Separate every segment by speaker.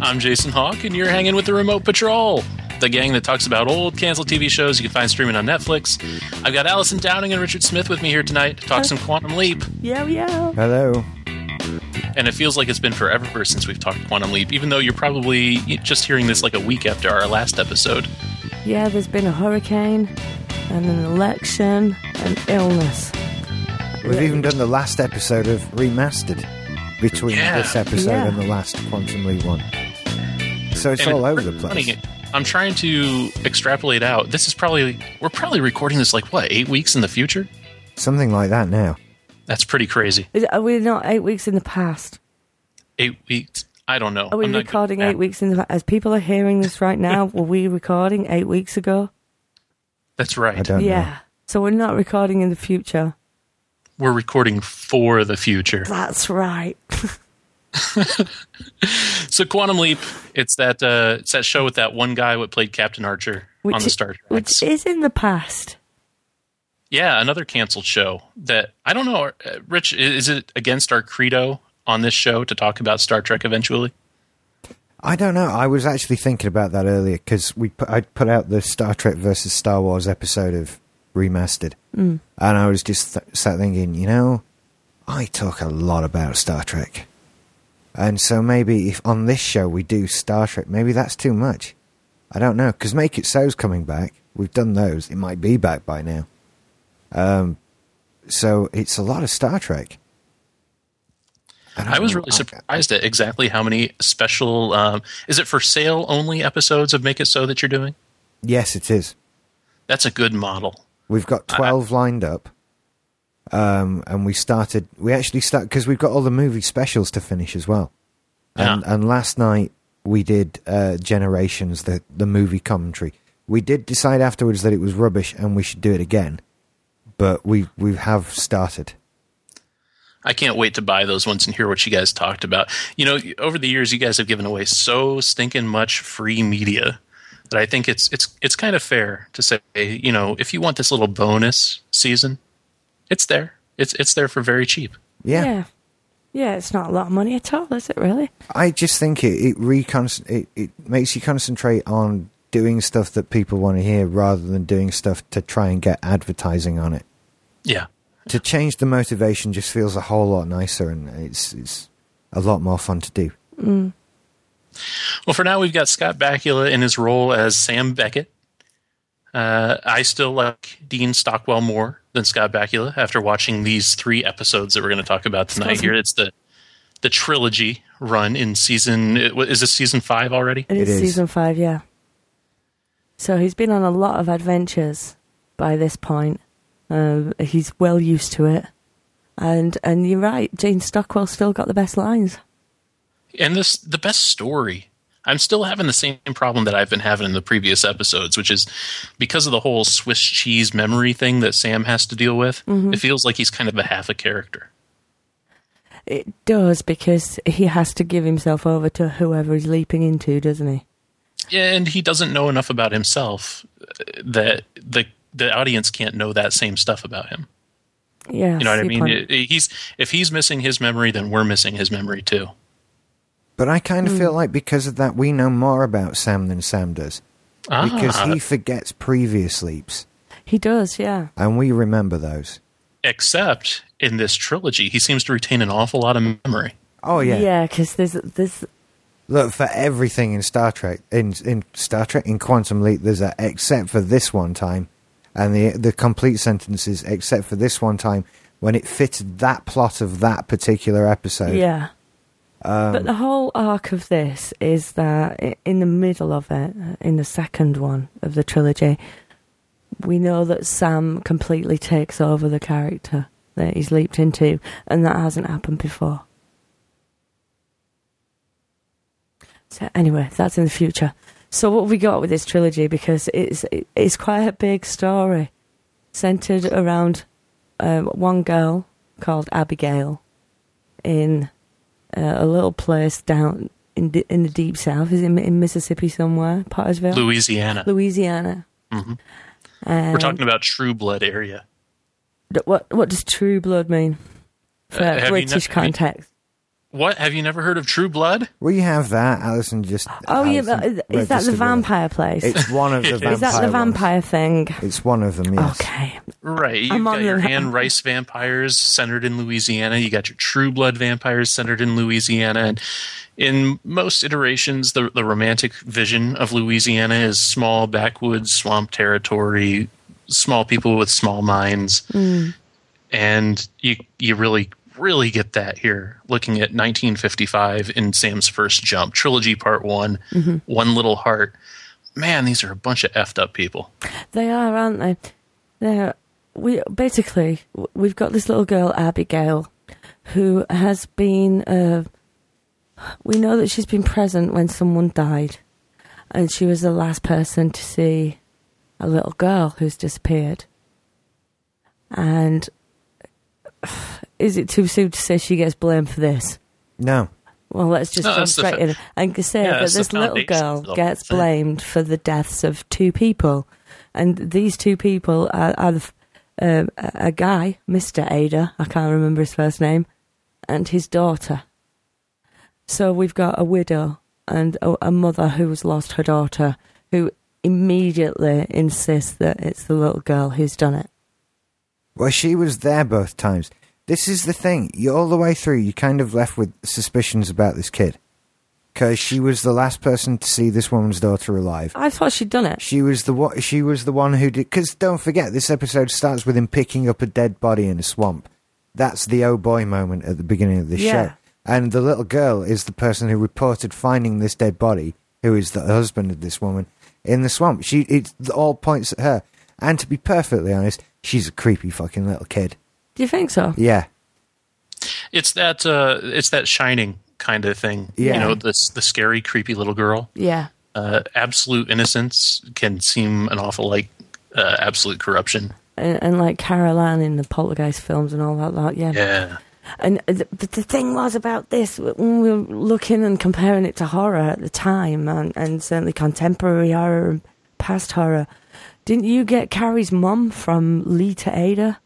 Speaker 1: I'm Jason Hawk, and you're hanging with the Remote Patrol, the gang that talks about old canceled TV shows you can find streaming on Netflix. I've got Allison Downing and Richard Smith with me here tonight to talk some Quantum Leap,
Speaker 2: Yeah, yeah.
Speaker 3: Hello.
Speaker 1: and it feels like it's been forever since we've talked Quantum Leap, even though you're probably just hearing this like a week after our last episode.
Speaker 2: Yeah, there's been a hurricane and an election and illness.
Speaker 3: We've even done the last episode of Remastered between
Speaker 1: Yeah.
Speaker 3: this episode
Speaker 2: Yeah.
Speaker 3: and the last Quantum Leap one. So it's
Speaker 1: And
Speaker 3: all over the
Speaker 1: funny,
Speaker 3: place.
Speaker 1: I'm trying to extrapolate out. This is probably, we're probably recording this like, what, eight weeks in the future?
Speaker 3: Something like that now.
Speaker 1: That's pretty crazy.
Speaker 2: Is, are we not eight weeks in the past?
Speaker 1: Eight weeks. I don't know.
Speaker 2: Are we
Speaker 1: I'm not good at
Speaker 2: recording
Speaker 1: math.
Speaker 2: eight weeks in the past? As people are hearing this right now, were we recording eight weeks ago?
Speaker 1: That's
Speaker 3: I
Speaker 1: right.
Speaker 3: don't know.
Speaker 2: Yeah. So we're not recording in the future.
Speaker 1: We're recording for the future.
Speaker 2: That's right.
Speaker 1: So Quantum Leap, it's that uh, it's that show with that one guy what played Captain Archer on the Star Trek.
Speaker 2: which is in the past.
Speaker 1: yeah, another canceled show that I don't know. uh, Rich, i- is it against our credo on this show to talk about Star Trek eventually?
Speaker 3: I don't know. I was actually thinking about that earlier because we put, I put out the Star Trek versus Star Wars episode of Remastered, mm. and I was just th- sat thinking, you know, I talk a lot about Star Trek, and so maybe if on this show we do Star Trek, maybe that's too much. I don't know because Make It So's coming back. We've done those. It might be back by now. Um, so it's a lot of Star Trek. don't
Speaker 1: I was
Speaker 3: know.
Speaker 1: really surprised at exactly how many special. Um, is it for sale only episodes of Make It So that you're doing?
Speaker 3: Yes, it is.
Speaker 1: That's a good model.
Speaker 3: We've got 12 lined up. Um, and we started, we actually start because we've got all the movie specials to finish as well. And, and last night we did uh, Generations, the, the movie commentary. We did decide afterwards that it was rubbish and we should do it again. But we, we have started.
Speaker 1: I can't wait to buy those ones and hear what you guys talked about. You know, over the years, you guys have given away so stinking much free media that I think it's it's it's kind of fair to say, you know, if you want this little bonus season, it's there. It's it's there for very cheap.
Speaker 3: Yeah.
Speaker 2: yeah. Yeah, it's not a lot of money at all, is it really?
Speaker 3: I just think it it, reconcent- it it makes you concentrate on doing stuff that people want to hear rather than doing stuff to try and get advertising on it.
Speaker 1: Yeah,
Speaker 3: to change the motivation just feels a whole lot nicer and it's it's a lot more fun to do.
Speaker 1: Well, for now, we've got Scott Bakula in his role as Sam Beckett. Uh, I still like Dean Stockwell more than Scott Bakula after watching these three episodes that we're going to talk about tonight.
Speaker 2: Scott's-
Speaker 1: Here, it's the the trilogy run in season. Is this season five already?
Speaker 2: It is,
Speaker 3: It is.
Speaker 2: season five, yeah. So he's been on a lot of adventures by this point. Um, he's well used to it, and and you're right. Jane Stockwell still got the best lines.
Speaker 1: And this the best story. I'm still having the same problem that I've been having in the previous episodes, which is because of the whole Swiss cheese memory thing that Sam has to deal with. It feels like he's kind of a half a character.
Speaker 2: It does because he has to give himself over to whoever he's leaping into, doesn't he?
Speaker 1: and he doesn't know enough about himself uh, that the the audience can't know that same stuff about him.
Speaker 2: Yeah,
Speaker 1: You know what I
Speaker 2: see
Speaker 1: mean?
Speaker 2: point.
Speaker 1: It- it- he's if he's missing his memory, then we're missing his memory too.
Speaker 3: But I kind of
Speaker 2: Mm.
Speaker 3: feel like because of that we know more about Sam than Sam does because
Speaker 1: Ah,
Speaker 3: he forgets previous leaps
Speaker 2: he does, yeah.
Speaker 3: and we remember those.
Speaker 1: except in this trilogy, he seems to retain an awful lot of memory.
Speaker 3: Oh yeah.
Speaker 2: yeah. Because there's there's
Speaker 3: Look for everything in Star Trek in in Star Trek in Quantum Leap there's a except for this one time and the the complete sentences except for this one time when it fitted that plot of that particular episode.
Speaker 2: Yeah. but the whole arc of this is that i- in the middle of it, uh, in the second one of the trilogy, we know that Sam completely takes over the character that he's leaped into, and that hasn't happened before. So anyway, that's in the future. So what have we got with this trilogy because it's it- it's quite a big story, centered around um, one girl called Abigail in uh, a little place down in the, in the deep south. Is it in, in Mississippi somewhere? Pottersville,
Speaker 1: Louisiana.
Speaker 2: Louisiana. Mm-hmm. Um,
Speaker 1: We're talking about True Blood area.
Speaker 2: d- what what does True Blood mean for
Speaker 1: Uh, have you
Speaker 2: British
Speaker 1: not- have you-
Speaker 2: context?
Speaker 1: What have you never heard of True Blood?
Speaker 3: We have that. Allison just.
Speaker 2: Oh, yeah,
Speaker 3: Alison
Speaker 2: but is- is that
Speaker 3: registered
Speaker 2: the
Speaker 3: with
Speaker 2: vampire place?
Speaker 3: it. It's one of the vampire.
Speaker 2: is that the
Speaker 3: ones.
Speaker 2: vampire thing?
Speaker 3: It's one of them. Yes.
Speaker 2: Okay.
Speaker 1: Right, you've
Speaker 2: I'm
Speaker 1: got
Speaker 2: on
Speaker 1: your
Speaker 2: the-
Speaker 1: hand rice vampires centered in Louisiana. You got your True Blood vampires centered in Louisiana, and in most iterations, the the romantic vision of Louisiana is small backwoods swamp territory, small people with small minds,
Speaker 2: Mm.
Speaker 1: and you you really really get that here. Looking at 1955 in Sam's first jump trilogy part one,
Speaker 2: Mm-hmm.
Speaker 1: One Little Heart. Man, these are a bunch of effed up people.
Speaker 2: They are, aren't they? They're, we basically w- we've got this little girl Abigail, who has been. Uh, we know that she's been present when someone died, and she was the last person to see a little girl who's disappeared. And is it too soon to say she gets blamed for this?
Speaker 3: No.
Speaker 2: Well, let's just
Speaker 1: No,
Speaker 2: jump
Speaker 1: that's the
Speaker 2: straight
Speaker 1: fa-
Speaker 2: in and say
Speaker 1: Yeah,
Speaker 2: that
Speaker 1: that's the
Speaker 2: this little
Speaker 1: foundation
Speaker 2: girl
Speaker 1: of the
Speaker 2: gets
Speaker 1: thing.
Speaker 2: blamed for the deaths of two people, and these two people are, are the, f- um, a a guy, Mister Ada, I can't remember his first name, and his daughter. So we've got a widow and a, a mother who's lost her daughter, who immediately insists that it's the little girl who's done it.
Speaker 3: Well, she was there both times. This is the thing. You all the way through, you kind of left with suspicions about this kid because she was the last person to see this woman's daughter alive.
Speaker 2: I thought she'd done it.
Speaker 3: She was the one. She was the one who did. Because don't forget, this episode starts with him picking up a dead body in a swamp. That's the oh boy moment at the beginning of the
Speaker 2: Yeah.
Speaker 3: show. And the little girl is the person who reported finding this dead body, who is the husband of this woman in the swamp. She it all points at her. And to be perfectly honest, she's a creepy fucking little kid.
Speaker 2: Do you think so?
Speaker 3: Yeah,
Speaker 1: it's that uh, it's that shining kind of thing.
Speaker 3: Yeah.
Speaker 1: You know, this the scary, creepy little girl.
Speaker 2: Yeah.
Speaker 1: Uh, absolute innocence can seem an awful like uh, absolute corruption.
Speaker 2: and, and like Caroline in the Poltergeist films and all that lot. Yeah.
Speaker 1: Yeah.
Speaker 2: And th- but the thing was about this when we were looking and comparing it to horror at the time, and, and certainly contemporary horror and past horror. Didn't you get Carrie's mum from Lee to Ada?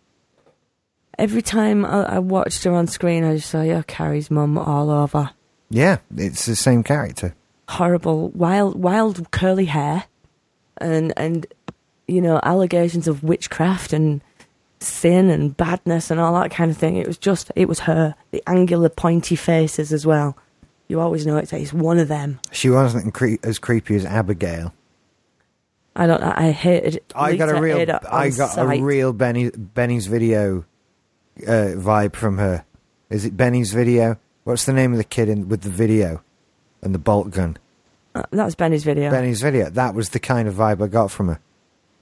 Speaker 2: Every time I, I watched her on screen, I just saw yeah, Carrie's mum all over.
Speaker 3: yeah, it's the same character.
Speaker 2: Horrible, wild, wild curly hair, and and you know allegations of witchcraft and sin and badness and all that kind of thing. It was just, it was her. The angular, pointy faces as well. You always know it's, it's one of them.
Speaker 3: She wasn't cre- as creepy as Abigail.
Speaker 2: I don't. I I hated.
Speaker 3: I got a
Speaker 2: Lita
Speaker 3: real,
Speaker 2: Ada on
Speaker 3: I got
Speaker 2: sight.
Speaker 3: a real Benny Benny's video uh, vibe from her. Is it Benny's video? What's the name of the kid in, with the video and the bolt gun?
Speaker 2: Uh, that was Benny's video.
Speaker 3: Benny's video. That was the kind of vibe I got from her.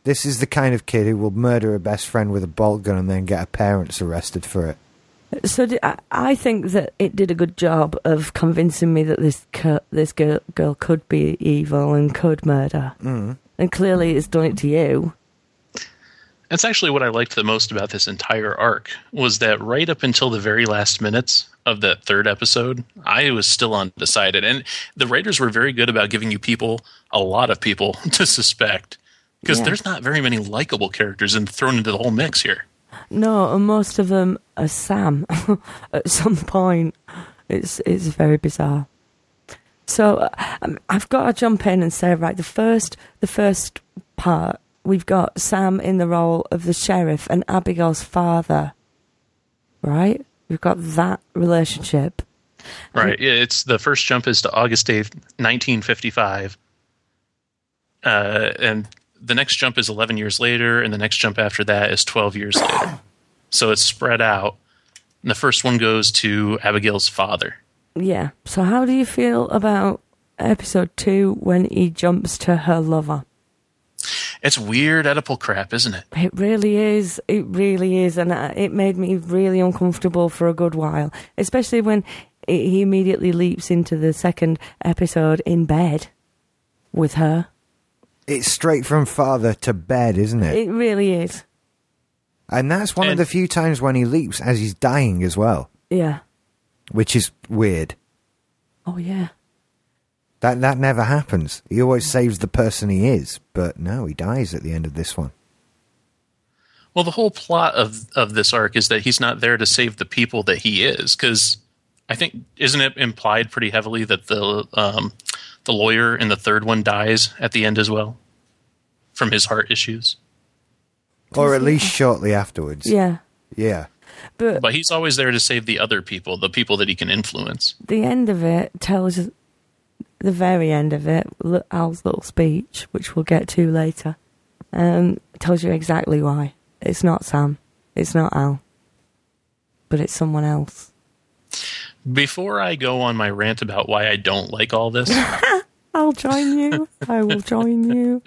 Speaker 3: This is the kind of kid who will murder a best friend with a bolt gun and then get her parents arrested for it.
Speaker 2: So di- I, I think that it did a good job of convincing me that this cur- this girl, girl could be evil and could murder.
Speaker 3: Mm-hmm.
Speaker 2: Mm. And clearly, it's done it to you.
Speaker 1: That's actually what I liked the most about this entire arc was that right up until the very last minutes of that third episode, I was still undecided. And the writers were very good about giving you people, a lot of people, to suspect. Because
Speaker 2: Yeah.
Speaker 1: there's not very many likable characters and thrown into the whole mix here.
Speaker 2: No, and most of them are Sam at some point. It's it's very bizarre. So uh, um, I've got to jump in and say right the first the first part we've got Sam in the role of the sheriff and Abigail's father. Right, we've got that relationship.
Speaker 1: Right. Yeah, it's the first jump is to August eighth, nineteen fifty-five, uh, and the next jump is eleven years later, and the next jump after that is twelve years later. So it's spread out. And the first one goes to Abigail's father.
Speaker 2: Yeah. So how do you feel about episode two when he jumps to her lover?
Speaker 1: It's weird Oedipal crap, isn't it?
Speaker 2: It really is. It really is, and uh, it made me really uncomfortable for a good while, especially when i he immediately leaps into the second episode in bed with her.
Speaker 3: It's straight from father to bed, isn't it?
Speaker 2: It really is.
Speaker 3: and that's one of
Speaker 1: And-
Speaker 3: the few times when he leaps as he's dying as well,
Speaker 2: Yeah.
Speaker 3: which is weird.
Speaker 2: Oh yeah.
Speaker 3: That that never happens. He always saves the person he is, but no, he dies at the end of this one.
Speaker 1: Well, the whole plot of of this arc is that he's not there to save the people that he is, because I think isn't it implied pretty heavily that the um, the lawyer in the third one dies at the end as well from his heart issues.
Speaker 3: or at least shortly afterwards.
Speaker 2: Yeah.
Speaker 3: Yeah.
Speaker 2: But
Speaker 1: But he's always there to save the other people, the people that he can influence.
Speaker 2: the end of it tells us- the very end of it, l- Al's little speech, which we'll get to later, um, tells you exactly why. It's not Sam. It's not Al. But it's someone else.
Speaker 1: Before I go on my rant about why I don't like all this,
Speaker 2: I'll join you. I will join you.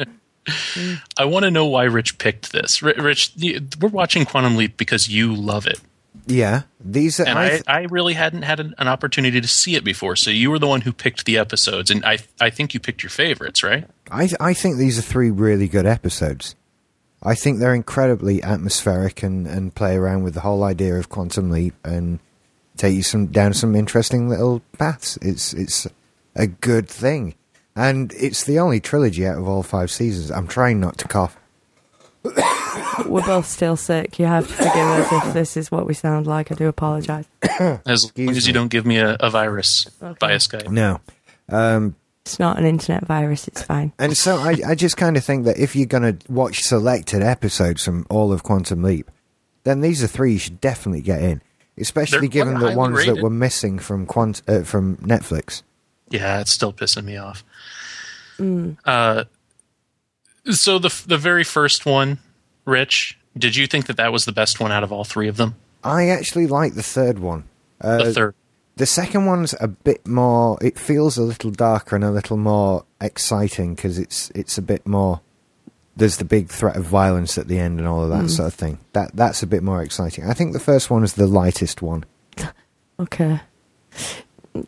Speaker 1: I want to know why Rich picked this. Ri- Rich, y- we're watching Quantum Leap because you love it.
Speaker 3: Yeah. These are.
Speaker 1: And
Speaker 3: I
Speaker 1: I,
Speaker 3: th-
Speaker 1: I really hadn't had an, an opportunity to see it before. So you were the one who picked the episodes. And I, I think you picked your favorites, right?
Speaker 3: I, th- I think these are three really good episodes. I think they're incredibly atmospheric and, and play around with the whole idea of quantum leap and take you some down some interesting little paths. It's it's a good thing, and it's the only trilogy out of all five seasons. I'm trying not to cough.
Speaker 2: We're both still sick. You have to forgive us if this is what we sound like. I do apologise.
Speaker 1: As long as you
Speaker 3: me.
Speaker 1: don't give me a, a virus
Speaker 2: Okay.
Speaker 1: via Skype.
Speaker 3: No,
Speaker 2: It's not an internet virus. It's fine.
Speaker 3: And so I, I just kind of think that if you're going to watch selected episodes from all of Quantum Leap, then these are three you should definitely get in, especially
Speaker 1: They're
Speaker 3: given
Speaker 1: quite
Speaker 3: the
Speaker 1: highly
Speaker 3: ones that
Speaker 1: rated.
Speaker 3: were missing from Quant- uh, from Netflix.
Speaker 1: Yeah, it's still pissing me off. Uh, so the the very first one, Rich, did you think that that was the best one out of all three of them?
Speaker 3: I actually like the third one. Uh,
Speaker 1: the third.
Speaker 3: The second one's a bit more. It feels a little darker and a little more exciting because it's it's a bit more. There's the big threat of violence at the end and all of that sort of thing. That that's a bit more exciting. I think the first one is the lightest one.
Speaker 2: Okay.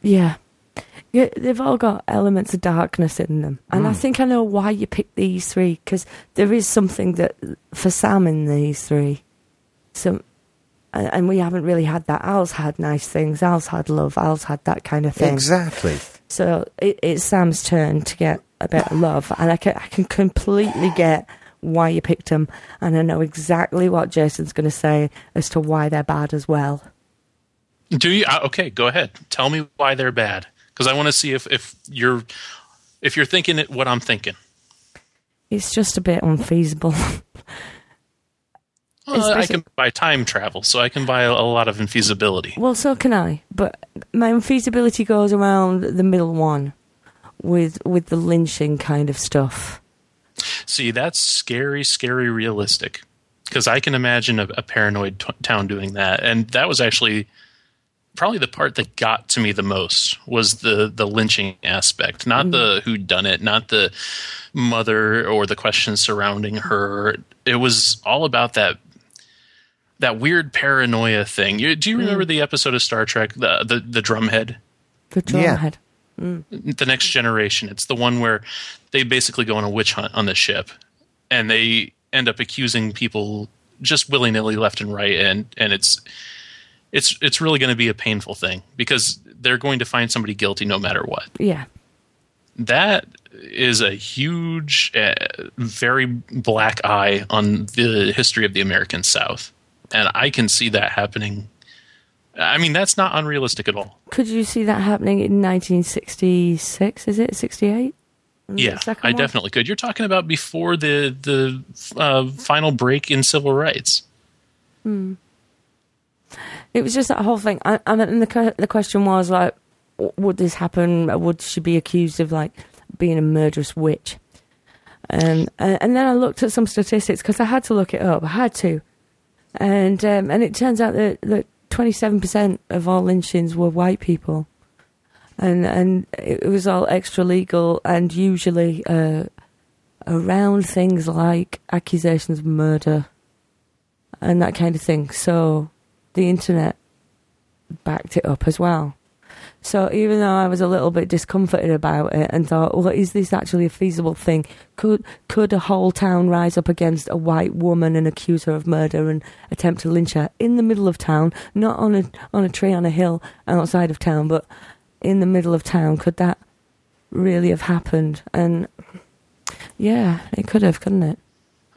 Speaker 2: Yeah. Yeah, they've all got elements of darkness in them. And I think I know why you picked these three, because there is something that, for Sam in these three, some, and, and we haven't really had that. Al's had nice things, Al's had love, Al's had that kind of thing.
Speaker 3: Exactly.
Speaker 2: So it, it's Sam's turn to get a bit of love, and I can, I can completely get why you picked them, and I know exactly what Jason's going to say as to why they're bad as well.
Speaker 1: Do you? Uh, okay, go ahead. Tell me why they're bad, because I want to see if if you're if you're thinking it, what I'm thinking.
Speaker 2: It's just a bit unfeasible.
Speaker 1: Uh, I
Speaker 2: basic-
Speaker 1: can buy time travel, so I can buy a, a lot of infeasibility.
Speaker 2: well, so can I, but my unfeasibility goes around the middle one with with the lynching kind of stuff.
Speaker 1: See, that's scary, scary realistic. Because I can imagine a, a paranoid t- town doing that, and that was actually probably the part that got to me the most was the the lynching aspect, not the who done it, not the mother or the questions surrounding her. It was all about that that weird paranoia thing. You, do you remember the episode of Star Trek, the the, the drumhead?
Speaker 2: The
Speaker 3: Yeah.
Speaker 2: drumhead.
Speaker 1: the next generation it's the one where they basically go on a witch hunt on the ship and they end up accusing people just willy-nilly left and right and and it's it's it's really going to be a painful thing because they're going to find somebody guilty no matter what
Speaker 2: Yeah.
Speaker 1: that is a huge uh, very black eye on the history of the american south and i can see that happening i mean that's not unrealistic at all
Speaker 2: Could you see that happening in 1966? Is it 68?
Speaker 1: Yeah,
Speaker 2: second
Speaker 1: I
Speaker 2: one?
Speaker 1: definitely could. You're talking about before the the uh, final break in civil rights.
Speaker 2: It was just that whole thing. I, I mean, and the que- the question was like, w- would this happen? Would she be accused of like being a murderous witch? Um, a- and then I looked at some statistics because I had to look it up. I had to, and um, and it turns out that that twenty seven percent of all lynchings were white people, and and it was all extra legal and usually uh, around things like accusations of murder and that kind of thing. So the internet backed it up as well. So even though I was a little bit discomforted about it and thought, well, is this actually a feasible thing? Could could a whole town rise up against a white woman and accuse her of murder and attempt to lynch her in the middle of town, not on a on a tree on a hill outside of town, but in the middle of town? Could that really have happened? And yeah, it could have, couldn't it?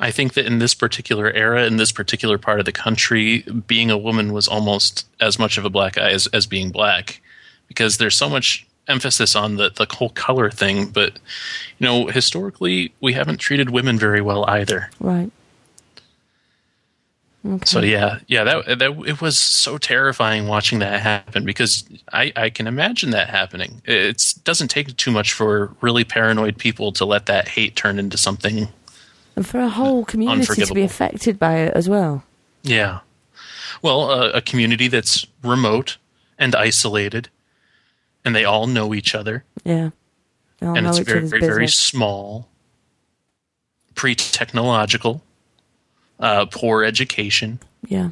Speaker 1: I think that in this particular era, in this particular part of the country, being a woman was almost as much of a black eye as, as being black. because there's so much emphasis on the, the whole color thing, but you know, historically we haven't treated women very well either.
Speaker 2: Right.
Speaker 1: So yeah, yeah, that that it was so terrifying watching that happen because I I can imagine that happening. It doesn't take too much for really paranoid people to let that hate turn into something.
Speaker 2: And for a whole community to be
Speaker 1: Unforgivable.
Speaker 2: affected by it as well.
Speaker 1: Yeah, well, a, a community that's remote and isolated, and they all know each other,
Speaker 2: Yeah. They all
Speaker 1: and
Speaker 2: know
Speaker 1: it's
Speaker 2: each
Speaker 1: very
Speaker 2: other's
Speaker 1: very, very
Speaker 2: business.
Speaker 1: small, pre technological, uh, poor education.
Speaker 2: yeah.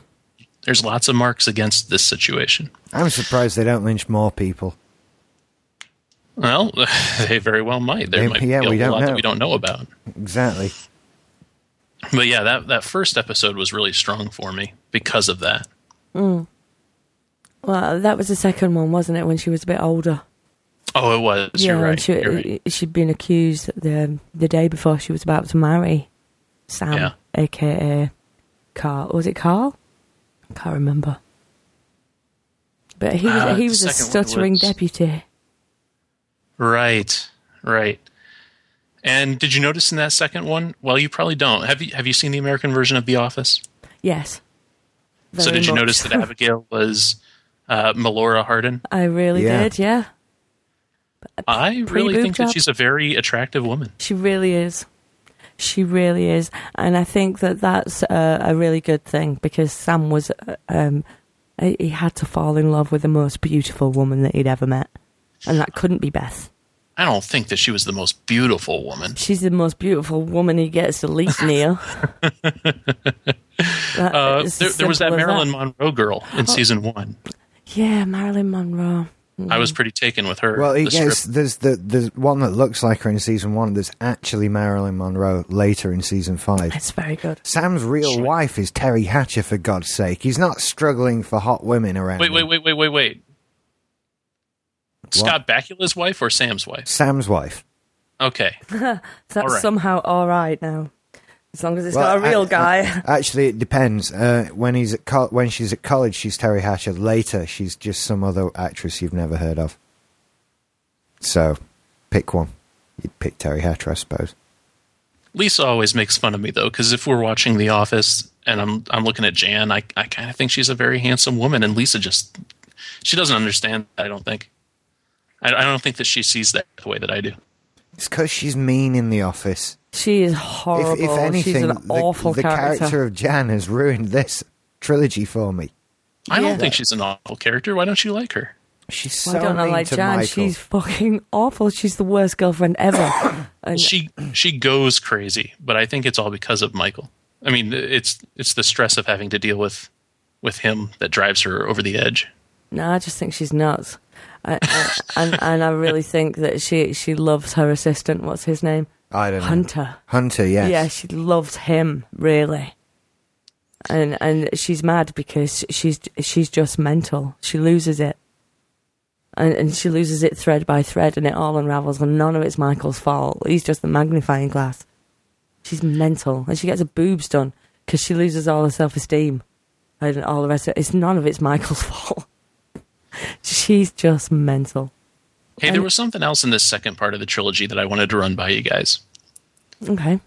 Speaker 1: There's lots of marks against this situation.
Speaker 3: I'm surprised they don't lynch more people.
Speaker 1: Well, they very well might. There
Speaker 3: Yeah,
Speaker 1: might
Speaker 3: yeah,
Speaker 1: be a
Speaker 3: we
Speaker 1: whole
Speaker 3: don't
Speaker 1: lot
Speaker 3: know.
Speaker 1: that we don't know about.
Speaker 3: Exactly.
Speaker 1: But yeah, that, that first episode was really strong for me because of that.
Speaker 2: Well, that was the second one, wasn't it? When she was a bit older.
Speaker 1: Oh, it was.
Speaker 2: yeah,
Speaker 1: you're
Speaker 2: and
Speaker 1: right.
Speaker 2: she,
Speaker 1: you're right.
Speaker 2: she'd been accused the the day before she was about to marry Sam,
Speaker 1: Yeah.
Speaker 2: aka Carl. Was it Carl? I can't remember. But he was
Speaker 1: Uh,
Speaker 2: he
Speaker 1: the
Speaker 2: was a
Speaker 1: second one
Speaker 2: stuttering
Speaker 1: was-
Speaker 2: deputy.
Speaker 1: Right. Right. And did you notice in that second one? Well, you probably don't. Have you have you seen the American version of The Office?
Speaker 2: Yes.
Speaker 1: so
Speaker 2: Very
Speaker 1: did you
Speaker 2: much
Speaker 1: notice that
Speaker 2: so.
Speaker 1: Abigail was uh, Melora Hardin?
Speaker 2: I really
Speaker 3: Yeah.
Speaker 2: did. Yeah,
Speaker 1: I really
Speaker 2: Pre-boob
Speaker 1: think
Speaker 2: job?
Speaker 1: that she's a very attractive woman.
Speaker 2: she really is. She really is, and I think that that's a, a really good thing because Sam was uh, um, he he had to fall in love with the most beautiful woman that he'd ever met, and that couldn't be Beth.
Speaker 1: I don't think that she was the most beautiful woman.
Speaker 2: She's the most beautiful woman he gets to leap near. That-
Speaker 1: Uh,
Speaker 2: it's
Speaker 1: there,
Speaker 2: as
Speaker 1: there was that
Speaker 2: simple as Oh.
Speaker 1: Marilyn Monroe girl in season one.
Speaker 2: Yeah, Marilyn Monroe. Mm.
Speaker 1: I was pretty taken with her.
Speaker 3: Well,
Speaker 1: the
Speaker 3: it gets,
Speaker 1: script.
Speaker 3: there's the there's one that looks like her in season one. There's actually Marilyn Monroe later in season five.
Speaker 2: It's very good.
Speaker 3: Sam's real
Speaker 1: Sure.
Speaker 3: wife is Terry Hatcher, for God's sake. He's not struggling for hot women around.
Speaker 1: Wait, wait,
Speaker 3: him.
Speaker 1: wait, wait, wait, wait. Scott Bakula's wife or Sam's wife?
Speaker 3: Sam's wife.
Speaker 1: Okay.
Speaker 2: That's
Speaker 1: All right.
Speaker 2: somew all right now, as long as it's not a
Speaker 3: I-
Speaker 2: real
Speaker 3: I-
Speaker 2: guy.
Speaker 3: actually, it depends. Uh, when he's at col- when she's at college, she's Terry Hatcher. Later, she's just some other actress you've never heard of. So, pick one. You'd pick Terry Hatcher, I suppose.
Speaker 1: Lisa always makes fun of me though, because if we're watching The Office and I'm I'm looking at Jan, I I kind of think she's a very handsome woman, and Lisa just she doesn't understand. that, I don't think. I, I don't think that she sees that the way that I do.
Speaker 3: It's because she's mean in the office.
Speaker 2: She is
Speaker 3: If,
Speaker 2: horrible.
Speaker 3: if anything,
Speaker 2: She's an
Speaker 3: the,
Speaker 2: awful
Speaker 3: the character. of Jan has ruined this trilogy for me.
Speaker 1: I
Speaker 2: Yeah.
Speaker 1: don't think she's an awful character. Why don't you like her?
Speaker 3: She's
Speaker 2: Why
Speaker 3: so
Speaker 2: don't I
Speaker 3: mean
Speaker 2: like
Speaker 3: to
Speaker 2: Jan?
Speaker 3: Michael.
Speaker 2: She's fucking awful. She's the worst girlfriend ever. and
Speaker 1: She she goes crazy, but I think it's all because of Michael. I mean, it's it's the stress of having to deal with with him that drives her over the edge.
Speaker 2: no, I just think she's nuts. I, I, and and I really think that she she loves her assistant. What's his name?
Speaker 3: I don't know.
Speaker 2: Hunter.
Speaker 3: Hunter, yes.
Speaker 2: Yeah, she loves him really, and and she's mad because she's she's just mental. She loses it, and and she loses it thread by thread, and it all unravels. And none of it's Michael's fault. He's just the magnifying glass. She's mental, and she gets her boobs done because she loses all her self esteem, and all the rest. of it. It's none of it's Michael's fault. she's just mental.
Speaker 1: Hey, there
Speaker 2: And-
Speaker 1: was something else in this second part of the trilogy that I wanted to run by you guys.
Speaker 2: Okay.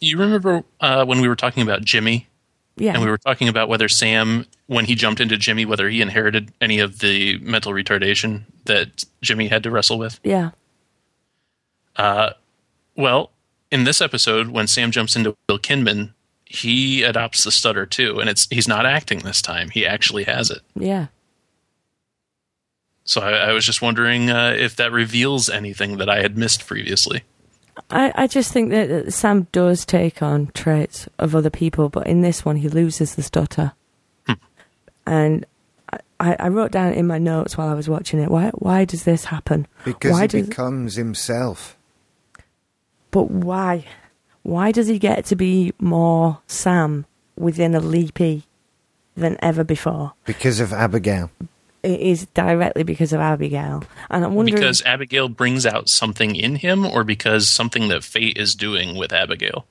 Speaker 1: You remember uh, when we were talking about Jimmy,
Speaker 2: Yeah.
Speaker 1: and we were talking about whether Sam, when he jumped into Jimmy, whether he inherited any of the mental retardation that Jimmy had to wrestle with?
Speaker 2: yeah.
Speaker 1: Well, in this episode, when Sam jumps into Will Kinman, he adopts the stutter too, and it's he's not acting this time; he actually has it.
Speaker 2: Yeah.
Speaker 1: So I, I was just wondering uh, if that reveals anything that I had missed previously.
Speaker 2: I, I just think that- that Sam does take on traits of other people, but in this one, he loses the stutter. And I- I, I wrote down in my notes while I was watching it, why why does this happen?
Speaker 3: Because
Speaker 2: why
Speaker 3: he
Speaker 2: does,
Speaker 3: becomes himself.
Speaker 2: but why? Why does he get to be more Sam within a leapy than ever before?
Speaker 3: Because of Abigail.
Speaker 2: It is directly because of Abigail. And I'm wondering.
Speaker 1: Because Abigail brings out something in him, or because something that fate is doing with Abigail.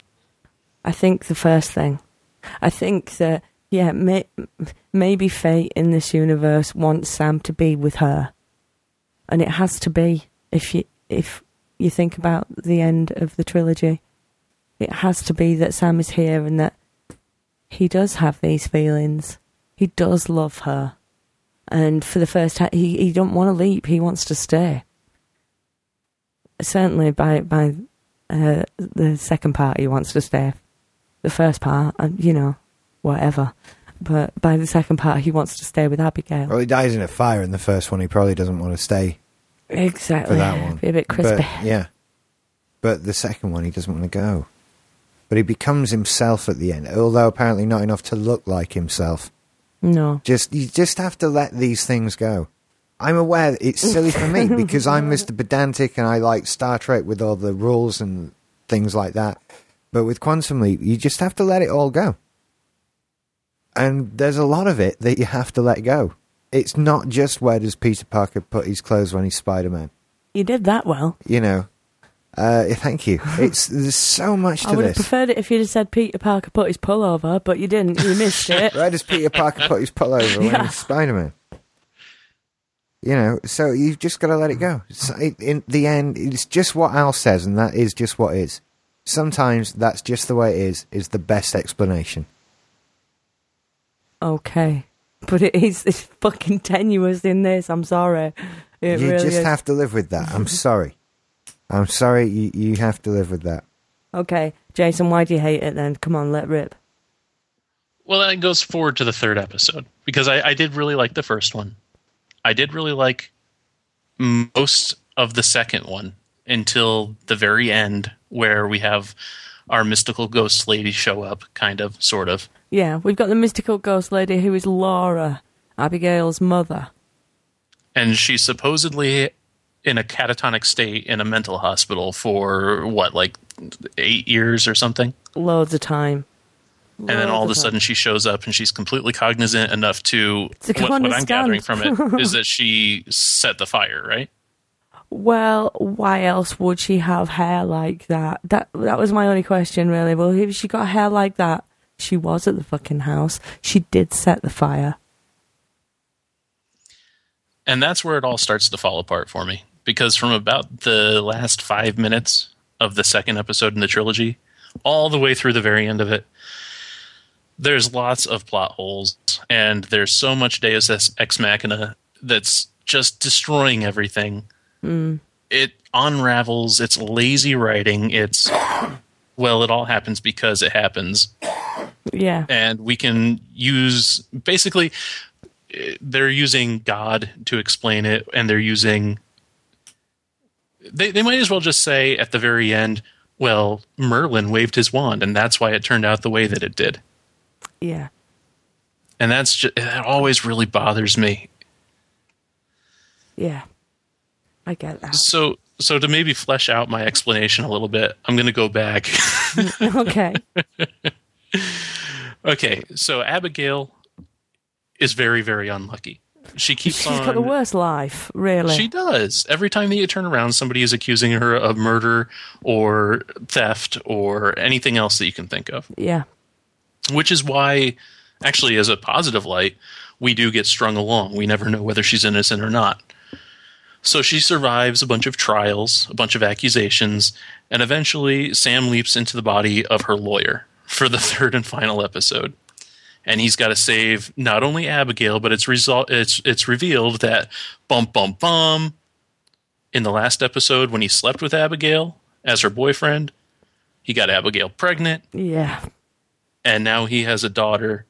Speaker 2: I think the first thing. I think that yeah, may, maybe fate in this universe wants Sam to be with her, and it has to be if you if you think about the end of the trilogy, it has to be that Sam is here and that he does have these feelings. He does love her, and for the first time, he he don't want to leap. He wants to stay. Certainly, by by uh, the second part, he wants to stay. The first part, and you know, whatever. But by the second part, he wants to stay with Abigail.
Speaker 3: Well, he dies in a fire in the first one. He probably doesn't want to stay
Speaker 2: Exactly.
Speaker 3: for that one.
Speaker 2: Be a bit crispy.
Speaker 3: But, yeah. But the second one, he doesn't want to go. But he becomes himself at the end, although apparently not enough to look like himself.
Speaker 2: No.
Speaker 3: Just you just have to let these things go. I'm aware that it's silly for me because I'm Mr. Pedantic and I like Star Trek with all the rules and things like that. But with Quantum Leap, you just have to let it all go. And there's a lot of it that you have to let go. It's not just where does Peter Parker put his clothes when he's Spider Man
Speaker 2: You did that well.
Speaker 3: you know. Uh, thank you. It's there's so much
Speaker 2: I
Speaker 3: to
Speaker 2: would have
Speaker 3: this.
Speaker 2: preferred it if you'd have said Peter Parker put his pullover, but you didn't. You missed it.
Speaker 3: Where does Peter Parker put his pullover when
Speaker 2: Yeah.
Speaker 3: he's Spider Man? You know, so you've just got to let it go. So it, in the end, it's just what Al says, and that is just what is. Sometimes that's just the way it is. Is the best explanation.
Speaker 2: Okay. But it is it's fucking tenuous in this. I'm sorry. It
Speaker 3: you
Speaker 2: really
Speaker 3: just
Speaker 2: is.
Speaker 3: have to live with that. I'm sorry. I'm sorry. You you have to live with that.
Speaker 2: Okay. Jason, why do you hate it then? Come on, let rip.
Speaker 1: Well, that goes forward to the third episode because I, I did really like the first one. I did really like most of the second one until the very end, where we have our mystical ghost lady show up, kind of, sort of.
Speaker 2: Yeah, we've got the mystical ghost lady who is Laura, Abigail's mother.
Speaker 1: And she's supposedly in a catatonic state in a mental hospital for what, like eight years or something?
Speaker 2: Loads of time.
Speaker 1: and then all of a sudden she shows up and she's completely cognizant enough to,
Speaker 2: To
Speaker 1: what, what I'm
Speaker 2: understand.
Speaker 1: gathering from it is that she set the fire, right?
Speaker 2: Well, why else would she have hair like that? That that was my only question, really. Well, if she got hair like that, she was at the fucking house. She did set the fire.
Speaker 1: And that's where it all starts to fall apart for me because from about the last 5 minutes of the second episode in the trilogy all the way through the very end of it there's lots of plot holes and there's so much deus ex machina that's just destroying everything it unravels it's lazy writing it's well it all happens because it happens
Speaker 2: Yeah,
Speaker 1: and we can use basically eh, they're using god to explain it and they're using they, they might as well just say at the very end well merlin waved his wand and that's why it turned out the way that it did
Speaker 2: yeah.
Speaker 1: and that's just that always really bothers me
Speaker 2: Yeah. I get that.
Speaker 1: so so to maybe flesh out my explanation a little bit i'm going to go back
Speaker 2: okay.
Speaker 1: okay so abigail is very very unlucky she keeps
Speaker 2: She's
Speaker 1: on
Speaker 2: got the worst life, really.
Speaker 1: She does. Every time that you turn around, somebody is accusing her of murder or theft or anything else that you can think of.
Speaker 2: yeah.
Speaker 1: Which is why, actually, as a positive light, we do get strung along. We never know whether she's innocent or not. So she survives a bunch of trials, a bunch of accusations, and eventually Sam leaps into the body of her lawyer for the third and final episode. And he's got to save not only Abigail, but it's result it's it's revealed that bum bum bum in the last episode when he slept with Abigail as her boyfriend, he got Abigail pregnant
Speaker 2: Yeah.
Speaker 1: and now he has a daughter.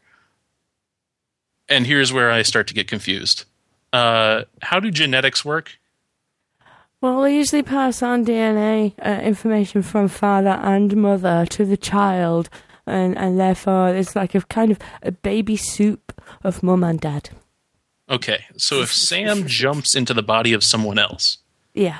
Speaker 1: And here's where I start to get confused. Uh, how do genetics work?
Speaker 2: Well, they usually pass on DNA uh, information from father and mother to the child, and, and therefore it's like a kind of a baby soup of mum and dad.
Speaker 1: Okay, so if Sam jumps into the body of someone else
Speaker 2: Yeah.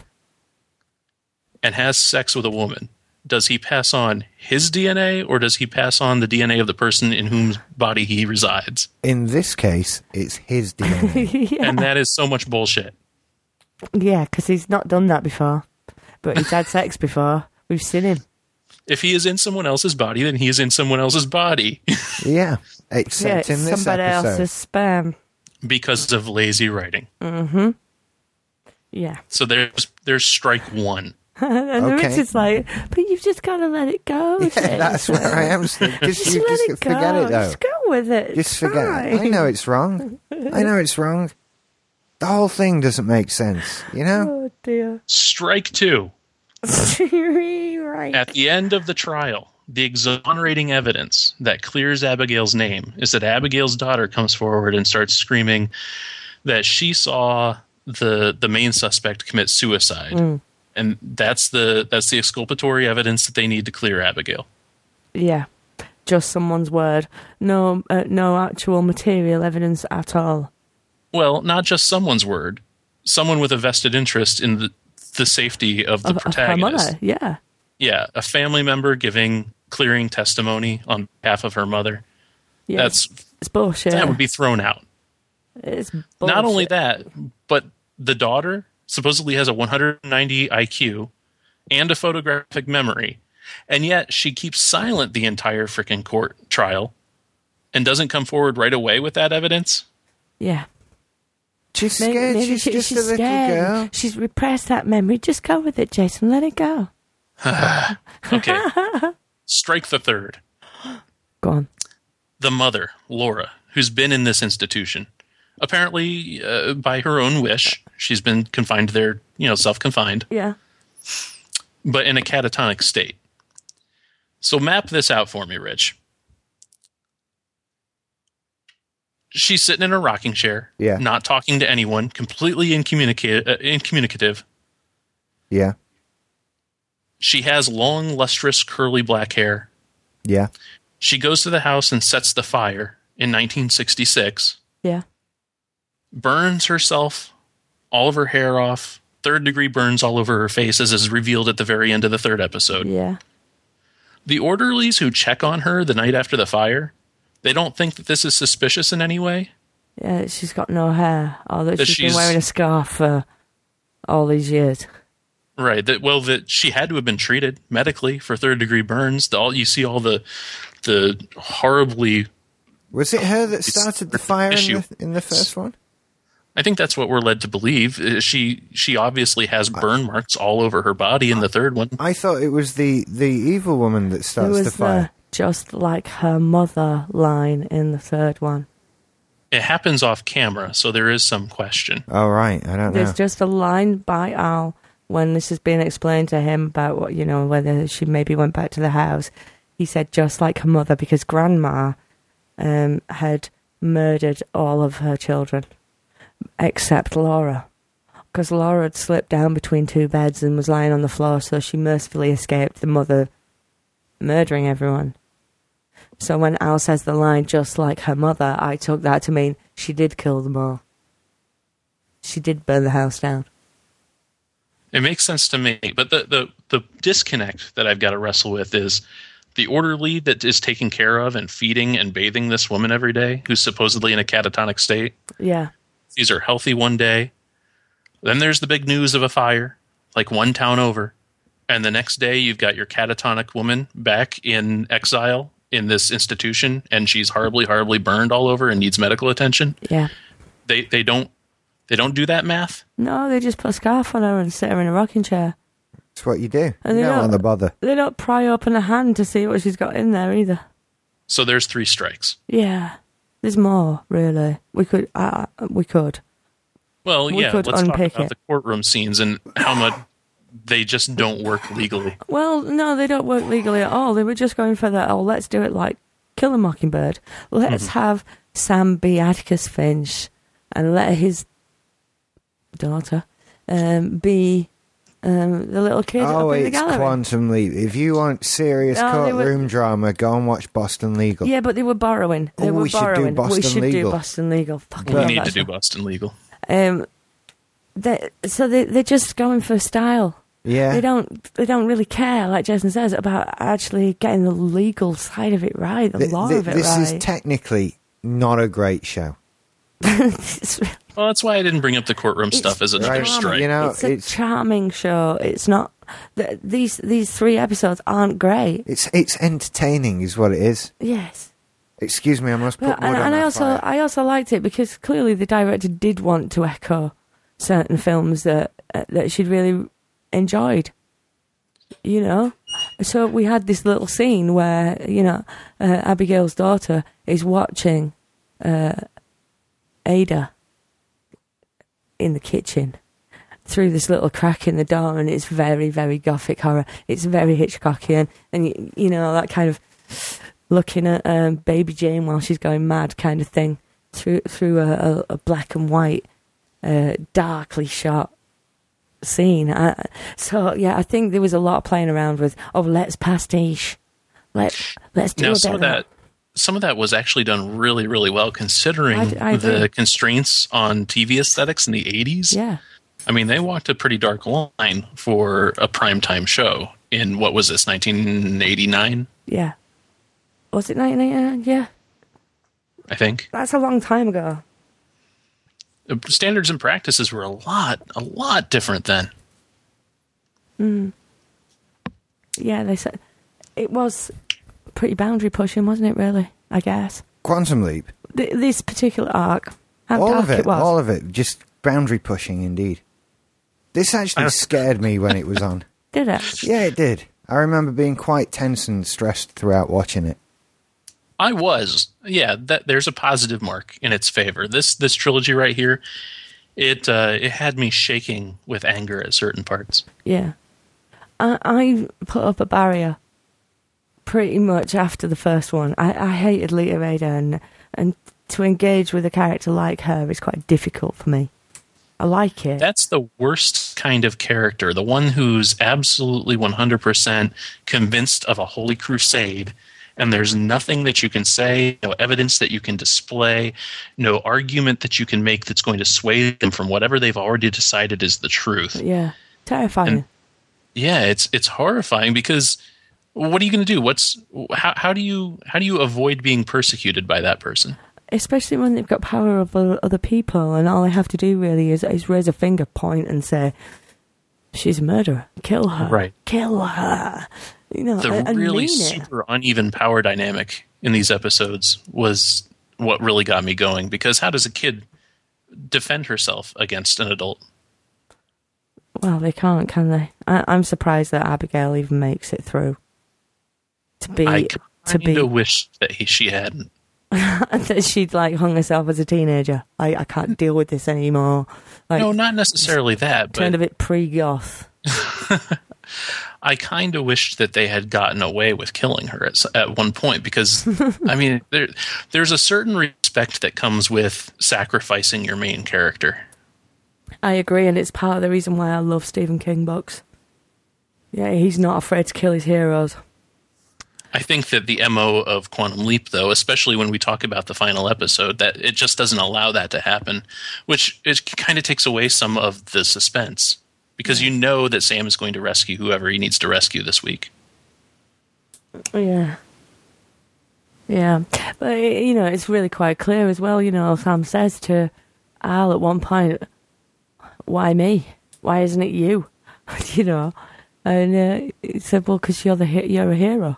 Speaker 1: and has sex with a woman, does he pass on his DNA or does he pass on the DNA of the person in whose body he resides?
Speaker 3: In this case, it's his DNA.
Speaker 2: yeah.
Speaker 1: And that is so much bullshit.
Speaker 2: Yeah, because he's not done that before, but he's had sex before. We've seen him.
Speaker 1: If he is in someone else's body, then he is in someone else's body
Speaker 3: yeah,
Speaker 2: yeah,
Speaker 3: except
Speaker 2: it's
Speaker 3: in this
Speaker 2: somebody
Speaker 3: episode.
Speaker 2: else's sperm.
Speaker 1: because of lazy writing.
Speaker 2: Yeah.
Speaker 1: So there's there's strike one.
Speaker 2: and
Speaker 3: Okay.
Speaker 2: Richard's like, but you've just got to let it go. James.
Speaker 3: That's where I am. Just,
Speaker 2: Just
Speaker 3: you
Speaker 2: let
Speaker 3: just
Speaker 2: it go.
Speaker 3: forget it though.
Speaker 2: Just go with it.
Speaker 3: Just forget it.
Speaker 2: Try.
Speaker 3: I know it's wrong. I know it's wrong. The whole thing doesn't make sense, you know?
Speaker 2: Oh dear.
Speaker 1: Strike two.
Speaker 2: right.
Speaker 1: At the end of the trial, the exonerating evidence that clears Abigail's name is that Abigail's daughter comes forward and starts screaming that she saw the the main suspect commit suicide.
Speaker 2: Mm.
Speaker 1: And that's the that's the exculpatory evidence that they need to clear Abigail.
Speaker 2: Yeah. Just someone's word. No, uh, no actual material evidence at all.
Speaker 1: Well, not just someone's word, someone with a vested interest in the, the safety of the
Speaker 2: Of, of her
Speaker 1: protagonist.
Speaker 2: mother. Yeah.
Speaker 1: yeah, a family member giving clearing testimony on behalf of her mother.
Speaker 2: yeah.
Speaker 1: That's
Speaker 2: it's bullshit.
Speaker 1: that would be thrown out.
Speaker 2: it's bullshit.
Speaker 1: Not only that, but the daughter supposedly has a 190 IQ and a photographic memory, and yet she keeps silent the entire freaking court trial and doesn't come forward right away with that evidence.
Speaker 2: Yeah.
Speaker 3: She's
Speaker 2: May-
Speaker 3: scared.
Speaker 2: maybe
Speaker 3: she's
Speaker 2: she-
Speaker 3: just a little girl.
Speaker 2: She's repressed that memory. Just go with it, Jason. Let it go.
Speaker 1: Okay. Strike the third.
Speaker 2: Go on.
Speaker 1: the mother, Laura, who's been in this institution. Apparently, uh, by her own wish, she's been confined there, you know, self confined,
Speaker 2: Yeah.
Speaker 1: but in a catatonic state. So, map this out for me, Rich. She's sitting in a rocking chair,
Speaker 3: Yeah.
Speaker 1: not talking to anyone, completely incommunica- uh, incommunicative.
Speaker 3: Yeah.
Speaker 1: She has long, lustrous, curly black hair.
Speaker 3: Yeah.
Speaker 1: She goes to the house and sets the fire in 1966.
Speaker 2: Yeah.
Speaker 1: burns herself, all of her hair off, third degree burns all over her face, as is revealed at the very end of the third episode.
Speaker 2: Yeah.
Speaker 1: The orderlies who check on her the night after the fire, they don't think that this is suspicious in any way.
Speaker 2: Yeah. She's got no hair. Although
Speaker 1: That
Speaker 2: she's been
Speaker 1: she's-
Speaker 2: wearing a scarf for all these years.
Speaker 1: Right. That well, that she had to have been treated medically for third degree burns. The, all you see all the the horribly.
Speaker 3: Was it her that started the fire in
Speaker 1: issue.
Speaker 3: the, in the first one?
Speaker 1: I think that's what we're led to believe. Uh, She she obviously has burn marks all over her body in the third one.
Speaker 3: I thought it was the, the evil woman that
Speaker 2: It
Speaker 3: starts
Speaker 2: was
Speaker 3: the fire.
Speaker 2: just like her mother line in the third one.
Speaker 1: It happens off camera, so there is some question.
Speaker 3: Oh, right. I don't know.
Speaker 2: There's just a line by Al when this is being explained to him about what you know whether she maybe went back to the house. He said just like her mother because grandma um, had murdered all of her children except Laura because Laura had slipped down between two beds and was lying on the floor, so she mercifully escaped the mother murdering everyone. So when Al says the line just like her mother, I took that to mean she did kill them all she did burn the house down.
Speaker 1: It makes sense to me, but the the the disconnect that I've got to wrestle with is the orderly that is taking care of and feeding and bathing this woman every day, who's supposedly in a catatonic state.
Speaker 2: Yeah.
Speaker 1: These are healthy one day. Then there's the big news of a fire, like one town over, and the next day you've got your catatonic woman back in exile in this institution, and she's horribly, horribly burned all over and needs medical attention.
Speaker 2: Yeah.
Speaker 1: They they don't they don't do that math.
Speaker 2: No, they just put a scarf on her and sit her in a rocking chair.
Speaker 3: It's what you do.
Speaker 2: And
Speaker 3: you
Speaker 2: they
Speaker 3: don't
Speaker 2: don't-
Speaker 3: want to bother.
Speaker 2: They don't pry open her hand to see what she's got in there either.
Speaker 1: So there's three strikes.
Speaker 2: Yeah. There's more, really. We could, uh, we could.
Speaker 1: Well,
Speaker 2: We
Speaker 1: yeah,
Speaker 2: could
Speaker 1: let's talk
Speaker 2: unpick
Speaker 1: about
Speaker 2: it.
Speaker 1: the courtroom scenes and how much they just don't work legally.
Speaker 2: Well, no, they don't work legally at all. They were just going for that. Oh, let's do it like Kill a Mockingbird. Let's
Speaker 3: Mm-hmm.
Speaker 2: have Sam be Atticus Finch and let his daughter um, be um, the little kid
Speaker 3: Oh,
Speaker 2: up in the
Speaker 3: it's
Speaker 2: gallery.
Speaker 3: Quantum Leap. If you want serious
Speaker 2: No, they were-
Speaker 3: courtroom drama, go and watch Boston Legal.
Speaker 2: Yeah, but they were borrowing. They
Speaker 3: Oh,
Speaker 2: were
Speaker 3: we should do
Speaker 2: borrowing. we
Speaker 3: Boston
Speaker 2: should do
Speaker 3: Legal.
Speaker 2: Boston Legal. Fuck
Speaker 1: We
Speaker 2: no,
Speaker 1: need to
Speaker 2: that's
Speaker 1: do
Speaker 2: not-
Speaker 1: Boston legal.
Speaker 2: Um, they, so they they're just going for style.
Speaker 3: Yeah.
Speaker 2: They don't they don't really care, like Jason says, about actually getting the legal side of it right, the
Speaker 3: Th-
Speaker 2: law
Speaker 3: th-
Speaker 2: of it
Speaker 3: this
Speaker 2: right.
Speaker 3: is technically not a great show.
Speaker 2: It's really-
Speaker 1: Well, that's why I didn't bring up the courtroom
Speaker 2: It's
Speaker 1: stuff as another
Speaker 3: Right,
Speaker 1: strike.
Speaker 3: you know,
Speaker 2: it's a
Speaker 3: it's-
Speaker 2: charming show. It's not th- these these three episodes aren't great.
Speaker 3: It's it's entertaining, is what it is.
Speaker 2: Yes.
Speaker 3: Excuse me, I must put
Speaker 2: But,
Speaker 3: wood
Speaker 2: and
Speaker 3: on
Speaker 2: and I
Speaker 3: that
Speaker 2: also
Speaker 3: fire.
Speaker 2: I also liked it because clearly the director did want to echo certain films that uh, that she'd really enjoyed. You know, so we had this little scene where you know uh, Abigail's daughter is watching uh, Ada in the kitchen through this little crack in the door, and it's very, very gothic horror. It's very Hitchcockian, and you, you know that kind of looking at um, Baby Jane while she's going mad kind of thing through through a, a, a black and white, uh, darkly shot scene. I, so yeah, I think there was a lot of playing around with. Oh, let's pastiche. Let let's do a
Speaker 1: now
Speaker 2: bit
Speaker 1: some of that some of that was actually done really really well considering
Speaker 2: I d- I agree.
Speaker 1: the constraints on tv aesthetics in the 80s
Speaker 2: Yeah,
Speaker 1: i mean they walked a pretty dark line for a primetime show in what was this 1989
Speaker 2: yeah. Was it 1989? Yeah,
Speaker 1: i think
Speaker 2: that's a long time ago.
Speaker 1: The standards and practices were a lot a lot different then
Speaker 2: Yeah, they said it was pretty boundary pushing, wasn't it? Really, I guess
Speaker 3: Quantum Leap.
Speaker 2: Th- this particular arc. How
Speaker 3: all
Speaker 2: dark
Speaker 3: of it,
Speaker 2: was.
Speaker 3: all of it, just boundary pushing indeed. This actually scared me when it was on.
Speaker 2: Did it?
Speaker 3: Yeah, it did. I remember being quite tense and stressed throughout watching it.
Speaker 1: I was. Yeah, that there's a positive mark in its favor. This this trilogy right here, it uh, it had me shaking with anger at certain parts.
Speaker 2: Yeah. I, I put up a barrier pretty much after the first one. I, I hated Lita Rada and, and to engage with a character like her is quite difficult for me. I like it.
Speaker 1: That's the worst kind of character, the one who's absolutely 100% convinced of a holy crusade and there's nothing that you can say, no evidence that you can display, no argument that you can make that's going to sway them from whatever they've already decided is the truth.
Speaker 2: yeah. Terrifying.
Speaker 1: And- yeah it's it's horrifying because what are you going to do what's how, how do you how do you avoid being persecuted by that person
Speaker 2: Especially when they've got power over other people and all they have to do really is, is raise a finger, point and say, she's a murderer. Kill her.
Speaker 1: Right.
Speaker 2: Kill her. You know,
Speaker 1: the
Speaker 2: and, and
Speaker 1: really
Speaker 2: mean it.
Speaker 1: super uneven power dynamic in these episodes was what really got me going because how does a kid defend herself against an adult
Speaker 2: Well, they can't, can they? I, I'm surprised that Abigail even makes it through. To be,
Speaker 1: i
Speaker 2: to
Speaker 1: kind of
Speaker 2: be,
Speaker 1: wish that he, she hadn't
Speaker 2: that she'd like hung herself as a teenager. I, I can't deal with this anymore. Like,
Speaker 1: no not necessarily that
Speaker 2: turned a
Speaker 1: but
Speaker 2: bit pre-goth.
Speaker 1: i kind of wished that they had gotten away with killing her at, s- at one point because i mean there, there's a certain respect that comes with sacrificing your main character
Speaker 2: I agree, and it's part of the reason why I love Stephen King books. Yeah, he's not afraid to kill his heroes.
Speaker 1: I think that the MO of Quantum Leap, though, especially when we talk about the final episode, that it just doesn't allow that to happen, which it kind of takes away some of the suspense because you know that Sam is going to rescue whoever he needs to rescue this week.
Speaker 2: Yeah. Yeah. But, you know, it's really quite clear as well. You know, Sam says to Al at one point, Why me? Why isn't it you? you know? And uh, he said, Well, because you're, the he- you're a hero.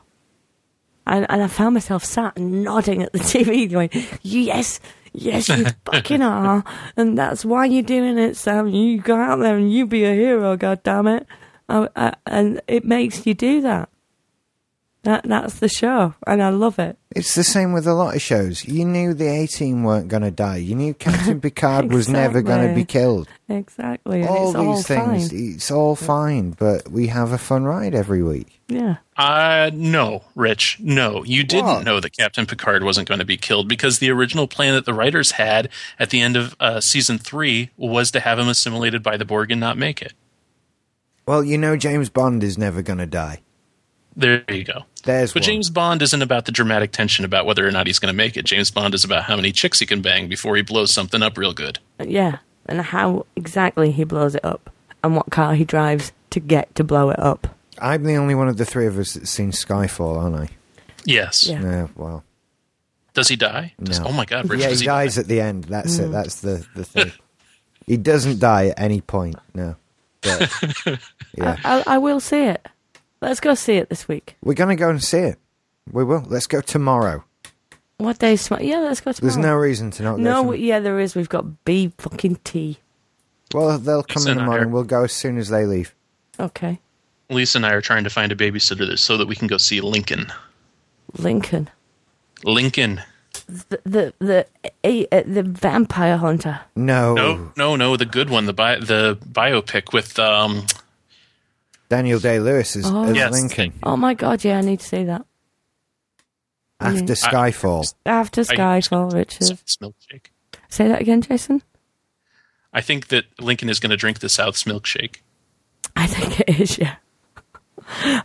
Speaker 2: And, and I found myself sat nodding at the TV, going, Yes, yes, you fucking are. And that's why you're doing it, Sam. You go out there and you be a hero, God damn it. I, I, and it makes you do that. That that's the show, and I love it.
Speaker 3: It's the same with a lot of shows. You knew the A team weren't going to die. You knew Captain Picard was never going to
Speaker 2: Exactly.
Speaker 3: be killed.
Speaker 2: Exactly, and
Speaker 3: all
Speaker 2: it's
Speaker 3: these
Speaker 2: all
Speaker 3: things,
Speaker 2: fine.
Speaker 3: it's all fine, but we have a fun ride every week.
Speaker 2: Yeah,
Speaker 1: Uh, no, Rich, no. You didn't
Speaker 3: What?
Speaker 1: know that Captain Picard wasn't going to be killed because the original plan that the writers had at the end of uh, season three was to have him assimilated by the Borg and not make it.
Speaker 3: Well, you know James Bond is never going to die.
Speaker 1: There you go.
Speaker 3: There's
Speaker 1: But
Speaker 3: one.
Speaker 1: James Bond isn't about the dramatic tension about whether or not he's going to make it. James Bond is about how many chicks he can bang before he blows something up real good.
Speaker 2: yeah, and how exactly he blows it up, and what car he drives to get to blow it up.
Speaker 3: I'm the only one of the three of us that's seen Skyfall, aren't I?
Speaker 1: Yes.
Speaker 2: Yeah.
Speaker 3: No, well.
Speaker 1: Does he die? Does-
Speaker 3: No.
Speaker 1: oh my God, Rich.
Speaker 3: yeah,
Speaker 1: does
Speaker 3: he
Speaker 1: die?
Speaker 3: dies at the end. That's
Speaker 2: Mm.
Speaker 3: it. That's the, the thing. he doesn't die at any point, no. But, yeah.
Speaker 2: I, I will see it. Let's go see it this week.
Speaker 3: We're going to go and see it. We will. Let's go tomorrow.
Speaker 2: What day? Sm- yeah, let's go tomorrow.
Speaker 3: There's no reason to not go.
Speaker 2: no,
Speaker 3: tom-
Speaker 2: yeah, there is. We've got B fucking T.
Speaker 3: Well, they'll come
Speaker 1: Lisa
Speaker 3: in
Speaker 1: and
Speaker 3: the
Speaker 1: I
Speaker 3: morning.
Speaker 1: are-
Speaker 3: We'll go as soon as they leave.
Speaker 2: Okay.
Speaker 1: Lisa and I are trying to find a babysitter that- so that we can go see Lincoln.
Speaker 2: Lincoln.
Speaker 1: Lincoln.
Speaker 2: The the the, a- uh, the vampire hunter.
Speaker 3: No,
Speaker 1: No, no, no. The good one, the bi- the biopic with um,
Speaker 3: Daniel Day Lewis is
Speaker 2: Oh.
Speaker 3: as
Speaker 1: Yes.
Speaker 3: Lincoln
Speaker 2: Oh my god, yeah, I need to see that.
Speaker 3: after Skyfall.
Speaker 2: After Skyfall, Richard.
Speaker 1: South's milkshake.
Speaker 2: Say that again, Jason.
Speaker 1: I think that Lincoln is going to drink the South's milkshake.
Speaker 2: I think it is, yeah.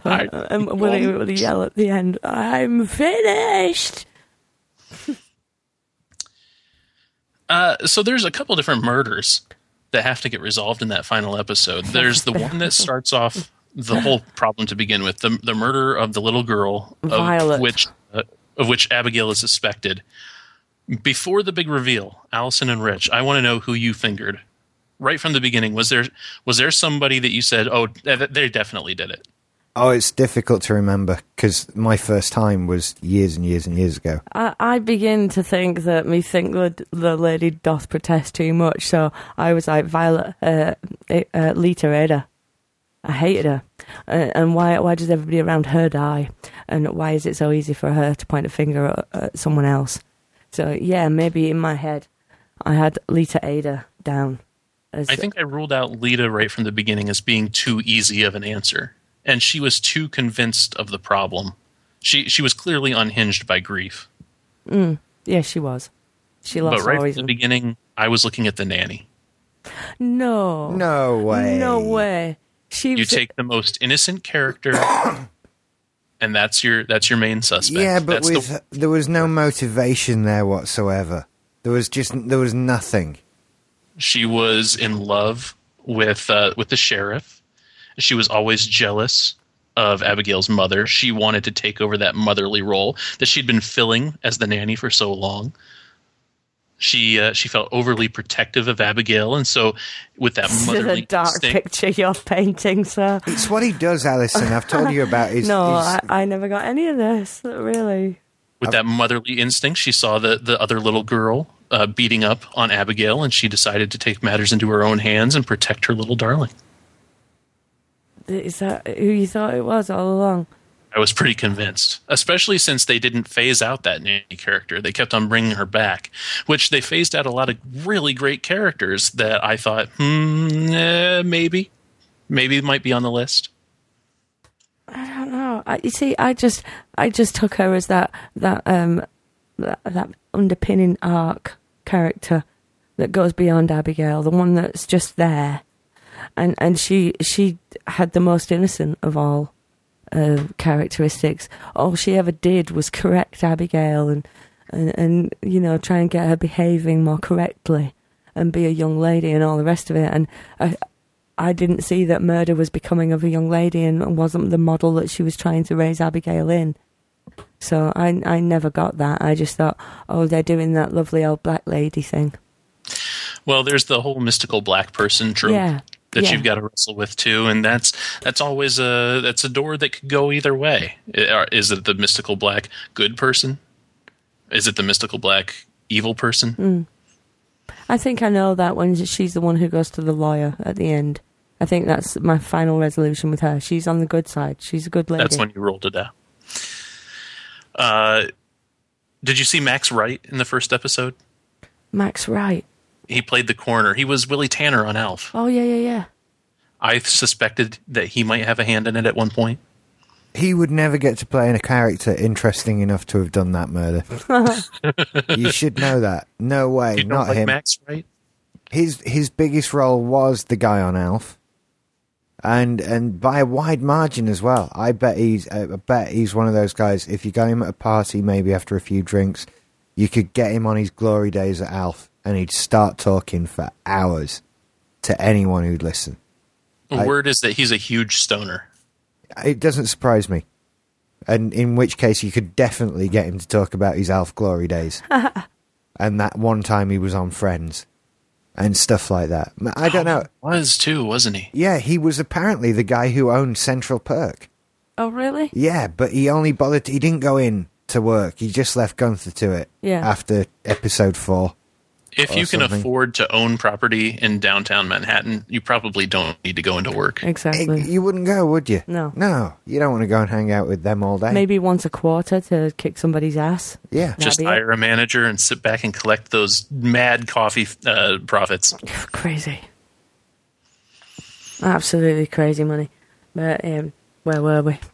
Speaker 1: I-
Speaker 2: And will he, will he yell at the end, I'm finished?
Speaker 1: Uh, so there's a couple different murders that have to get resolved in that final episode. There's the one that starts off the whole problem to begin with the the murder of the little girl of
Speaker 2: Violet.
Speaker 1: which uh, of which Abigail is suspected. Before the big reveal, Allison and Rich, I want to know who you fingered right from the beginning. Was there was there somebody that you said, "Oh, th- they definitely did it."
Speaker 3: Oh, it's difficult to remember because my first time was years and years and years ago.
Speaker 2: I, I begin to think that me think that the lady doth protest too much, so I was like, Violet, uh, uh, Lita Ada. I hated her. Uh, and why why does everybody around her die? And why is it so easy for her to point a finger at, at someone else? So, yeah, maybe in my head, I had Lita Ada down. As,
Speaker 1: I think I ruled out Lita right from the beginning as being too easy of an answer, and she was too convinced of the problem. She she was clearly unhinged by grief.
Speaker 2: Yeah, she was. She lost
Speaker 1: But right from
Speaker 2: her
Speaker 1: the
Speaker 2: reason.
Speaker 1: beginning, I was looking at the nanny.
Speaker 2: No.
Speaker 3: No way.
Speaker 2: Oh. No way. She
Speaker 1: You
Speaker 2: was-
Speaker 1: take the most innocent character, and that's your that's your main suspect.
Speaker 3: Yeah, but
Speaker 1: that's
Speaker 3: with
Speaker 1: the,
Speaker 3: there was no motivation there whatsoever. There was just there was nothing.
Speaker 1: she was in love with uh, with the sheriff. She was always jealous of Abigail's mother. She wanted to take over that motherly role that she'd been filling as the nanny for so long. She uh, she felt overly protective of Abigail, and so with that
Speaker 2: this is a
Speaker 1: motherly
Speaker 2: dark
Speaker 1: instinct-
Speaker 2: picture you're painting, sir.
Speaker 3: It's what he does, Alison. I've told you about his.
Speaker 2: No,
Speaker 3: his-
Speaker 2: I, I never got any of this, really.
Speaker 1: with that motherly instinct, she saw the, the other little girl uh, beating up on Abigail, and she decided to take matters into her own hands and protect her little darling.
Speaker 2: Is that who you thought it was all along?
Speaker 1: I was pretty convinced, especially since they didn't phase out that nanny character. They kept on bringing her back, which they phased out a lot of really great characters that I thought, hmm, eh, maybe, maybe it might be on the list.
Speaker 2: I don't know. I, you see, I just, I just took her as that, that, um, that, that underpinning arc character that goes beyond Abigail, the one that's just there, and and she she had the most innocent of all uh, characteristics. All she ever did was correct Abigail and, and and you know try and get her behaving more correctly and be a young lady and all the rest of it. And uh, I I didn't see that murder was becoming of a young lady and wasn't the model that she was trying to raise Abigail in. So I I never got that. I just thought, oh, they're doing that lovely old black lady thing.
Speaker 1: Well, there's the whole mystical black person trope
Speaker 2: Yeah,
Speaker 1: that
Speaker 2: yeah.
Speaker 1: you've got to wrestle with too, and that's that's always a that's a door that could go either way. I- or Is it the mystical black good person? Is it the mystical black evil person?
Speaker 2: I think I know that when she's the one who goes to the lawyer at the end. I think that's my final resolution with her. She's on the good side. She's a good lady.
Speaker 1: That's when you rolled it out. Uh, did you see Max Wright in the first episode?
Speaker 2: Max Wright.
Speaker 1: He played the coroner. He was Willie Tanner on Alf.
Speaker 2: Oh yeah, yeah, yeah.
Speaker 1: I suspected that he might have a hand in it at one point.
Speaker 3: he would never get to play in a character interesting enough to have done that murder. you should know that. No way,
Speaker 1: You don't
Speaker 3: not
Speaker 1: like
Speaker 3: him.
Speaker 1: Max Wright?
Speaker 3: His his biggest role was the guy on Alf, and and by a wide margin as well. I bet he's uh, I bet he's one of those guys. If you got him at a party, maybe after a few drinks, you could get him on his glory days at Alf, and he'd start talking for hours to anyone who'd listen.
Speaker 1: The
Speaker 3: I-
Speaker 1: word is that he's a huge stoner.
Speaker 3: It doesn't surprise me. And in which case, you could definitely get him to talk about his Alf glory days. and that one time he was on Friends and stuff like that. I don't know.
Speaker 1: Was too, wasn't he?
Speaker 3: Yeah, he was apparently the guy who owned Central Perk.
Speaker 2: Oh really?
Speaker 3: Yeah, but he only bothered. He didn't go in to work. He just left Gunther to it
Speaker 2: Yeah.
Speaker 3: after episode four.
Speaker 1: If
Speaker 3: Or
Speaker 1: you can
Speaker 3: something.
Speaker 1: afford to own property in downtown Manhattan, you probably don't need to go into work.
Speaker 2: Exactly.
Speaker 3: Eh, you wouldn't go, would you?
Speaker 2: No.
Speaker 3: No, you don't want to go and hang out with them all day.
Speaker 2: Maybe once a quarter to kick somebody's ass.
Speaker 3: Yeah.
Speaker 2: No.
Speaker 1: Just
Speaker 2: be it.
Speaker 1: hire a manager and sit back and collect those mad coffee uh, profits.
Speaker 2: crazy. Absolutely crazy money. But um, where were we?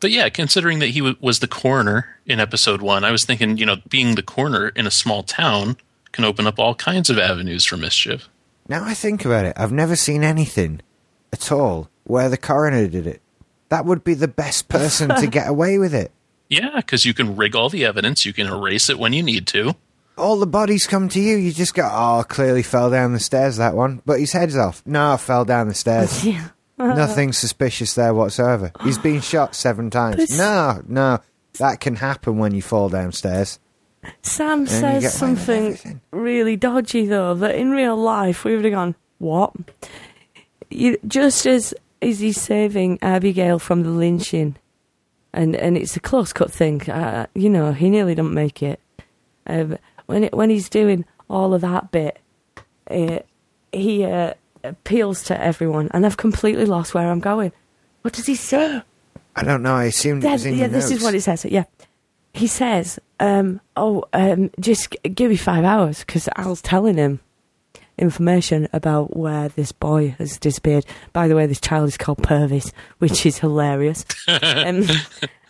Speaker 1: But yeah, considering that he w- was the coroner in episode one, I was thinking, you know, being the coroner in a small town can open up all kinds of avenues for mischief.
Speaker 3: Now I think about it, I've never seen anything at all where the coroner did it. That would be the best person to get away with it.
Speaker 1: Yeah, because you can rig all the evidence, you can erase it when you need to.
Speaker 3: All the bodies come to you. You just go, oh, clearly fell down the stairs, that one. But his head's off. No, fell down the stairs.
Speaker 2: Yeah.
Speaker 3: Nothing suspicious there whatsoever. He's been shot seven times.
Speaker 2: But-
Speaker 3: No, no. That can happen when you fall downstairs.
Speaker 2: Sam
Speaker 3: you get away
Speaker 2: says
Speaker 3: with
Speaker 2: something
Speaker 3: everything.
Speaker 2: really dodgy, though, that in real life we would have gone, What? You, just as is he saving Abigail from the lynching, and, and it's a close cut thing. Uh, you know, he nearly didn't make it. Um, when, it, when he's doing all of that bit, uh, he uh, appeals to everyone, and I've completely lost where I'm going. What does he say?
Speaker 3: I don't know. I assumed it
Speaker 2: Yeah,
Speaker 3: was in
Speaker 2: yeah,
Speaker 3: your
Speaker 2: this is
Speaker 3: notes.
Speaker 2: what it says. Yeah, he says, um, "Oh, um, just g- give me five hours because Al's telling him information about where this boy has disappeared." By the way, this child is called Purvis, which is hilarious. um,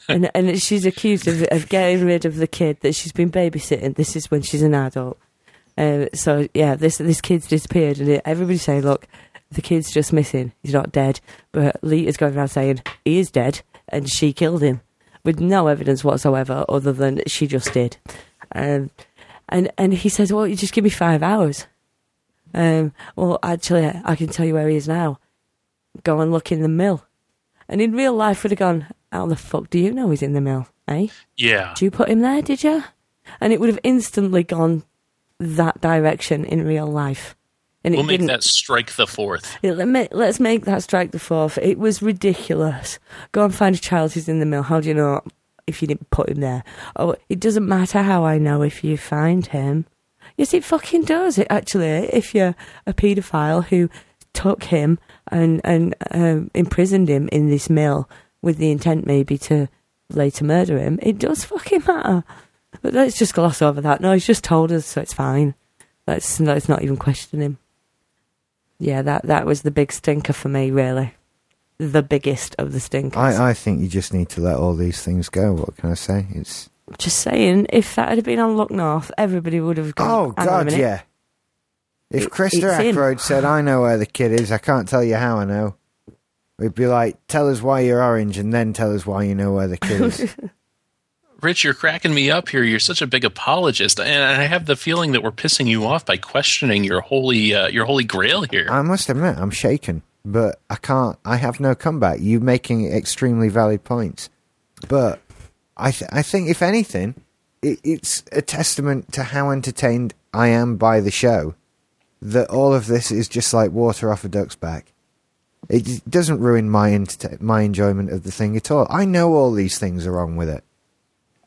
Speaker 2: and and she's accused of, of getting rid of the kid that she's been babysitting. This is when she's an adult. Um, so yeah, this this kid's disappeared, and it, everybody saying, "Look, the kid's just missing. He's not dead." But Lita's going around saying he is dead, and she killed him with no evidence whatsoever, other than she just did. Um, and and he says, "Well, you just give me five hours." Um, well, actually, I can tell you where he is now. Go and look in the mill. And in real life, would have gone. How the fuck do you know he's in the mill, eh?
Speaker 1: Yeah.
Speaker 2: Do you put him there? Did you? And it would have instantly gone that direction in real life. And it
Speaker 1: We'll make
Speaker 2: didn't.
Speaker 1: that strike the fourth.
Speaker 2: Yeah, let me, let's make that strike the fourth. It was ridiculous. Go and find a child who's in the mill. How do you know if you didn't put him there? Oh, it doesn't matter how I know if you find him. Yes, it fucking does. It actually, if you're a paedophile who took him and and um, imprisoned him in this mill with the intent maybe to later murder him, it does fucking matter. But let's just gloss over that. No, he's just told us, so it's fine. Let's let's not even question him yeah, that that was the big stinker for me, really. The biggest of the stinkers.
Speaker 3: I, I think you just need to let all these things go. What can I say? It's
Speaker 2: Just saying, if that had been on Lock North, everybody would have gone.
Speaker 3: Oh
Speaker 2: "Hang on a
Speaker 3: God,
Speaker 2: minute."
Speaker 3: yeah. If
Speaker 2: It-
Speaker 3: Krista
Speaker 2: it's him.
Speaker 3: Ackroyd said, "I know where the kid is. I can't tell you how I know," we'd be like, "Tell us why you're orange, and then tell us why you know where the kid is."
Speaker 1: Rich, you're cracking me up here. You're such a big apologist, and I have the feeling that we're pissing you off by questioning your holy uh, your holy grail here.
Speaker 3: I must admit, I'm shaken, but I can't. I have no comeback. You making extremely valid points, but I, th- I think if anything, it, it's a testament to how entertained I am by the show that all of this is just like water off a duck's back. It d- doesn't ruin my enter- my enjoyment of the thing at all. I know all these things are wrong with it.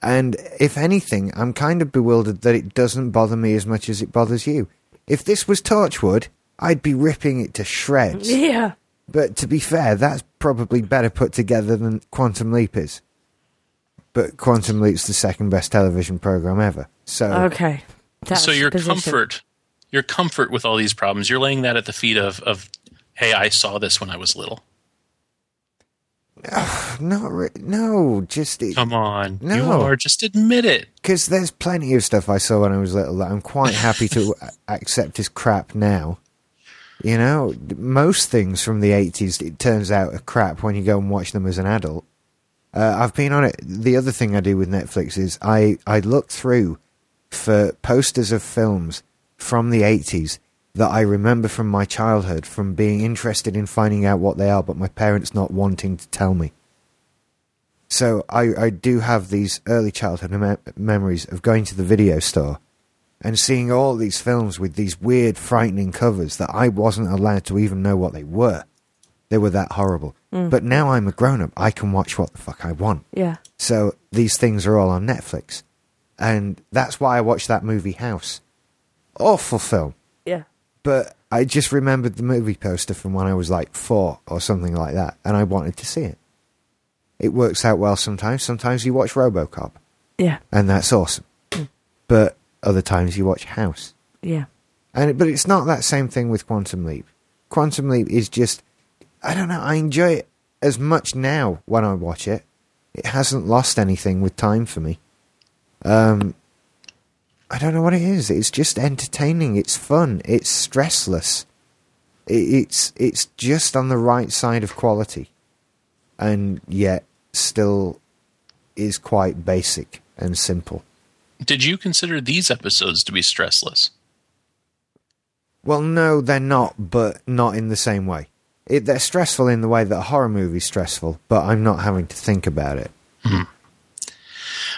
Speaker 3: And if anything, I'm kind of bewildered that it doesn't bother me as much as it bothers you. If this was Torchwood, I'd be ripping it to shreds.
Speaker 2: yeah.
Speaker 3: But to be fair, that's probably better put together than Quantum Leap is. But Quantum Leap's the second best television program ever. So
Speaker 2: Okay. That's
Speaker 1: so your
Speaker 2: position.
Speaker 1: comfort, your comfort with all these problems, you're laying that at the feet of of hey, I saw this when I was little.
Speaker 3: not re- no, just it,
Speaker 1: Come on, you
Speaker 3: No.
Speaker 1: are. Just admit it.
Speaker 3: because there's plenty of stuff I saw when I was little that I'm quite happy to a- accept as crap now. You know, most things from the 80s, it turns out, are crap when you go and watch them as an adult. Uh, I've been on it. The other thing I do with Netflix is I, I look through for posters of films from the 80s that I remember from my childhood, from being interested in finding out what they are, but my parents not wanting to tell me. So I, I do have these early childhood mem- memories of going to the video store and seeing all these films with these weird, frightening covers that I wasn't allowed to even know what they were. They were that horrible. But now I'm a grown up. I can watch what the fuck I want.
Speaker 2: Yeah.
Speaker 3: So these things are all on Netflix. And that's why I watched that movie House. Awful film.
Speaker 2: Yeah.
Speaker 3: But I just remembered the movie poster from when I was like four or something like that, and I wanted to see it. It works out well sometimes. Sometimes you watch Robocop,
Speaker 2: Yeah.
Speaker 3: and that's awesome. But other times you watch House.
Speaker 2: Yeah.
Speaker 3: And it- but it's not that same thing with Quantum Leap. Quantum Leap is just I don't know, I enjoy it as much now when I watch it. It hasn't lost anything with time for me. Um I don't know what it is. It's just entertaining, it's fun, it's stressless. It, it's it's just on the right side of quality. And yet still is quite basic and simple.
Speaker 1: Did you consider these episodes to be stressless?
Speaker 3: Well, no, they're not, but not in the same way. It, they're stressful in the way that a horror movie's stressful, but I'm not having to think about it.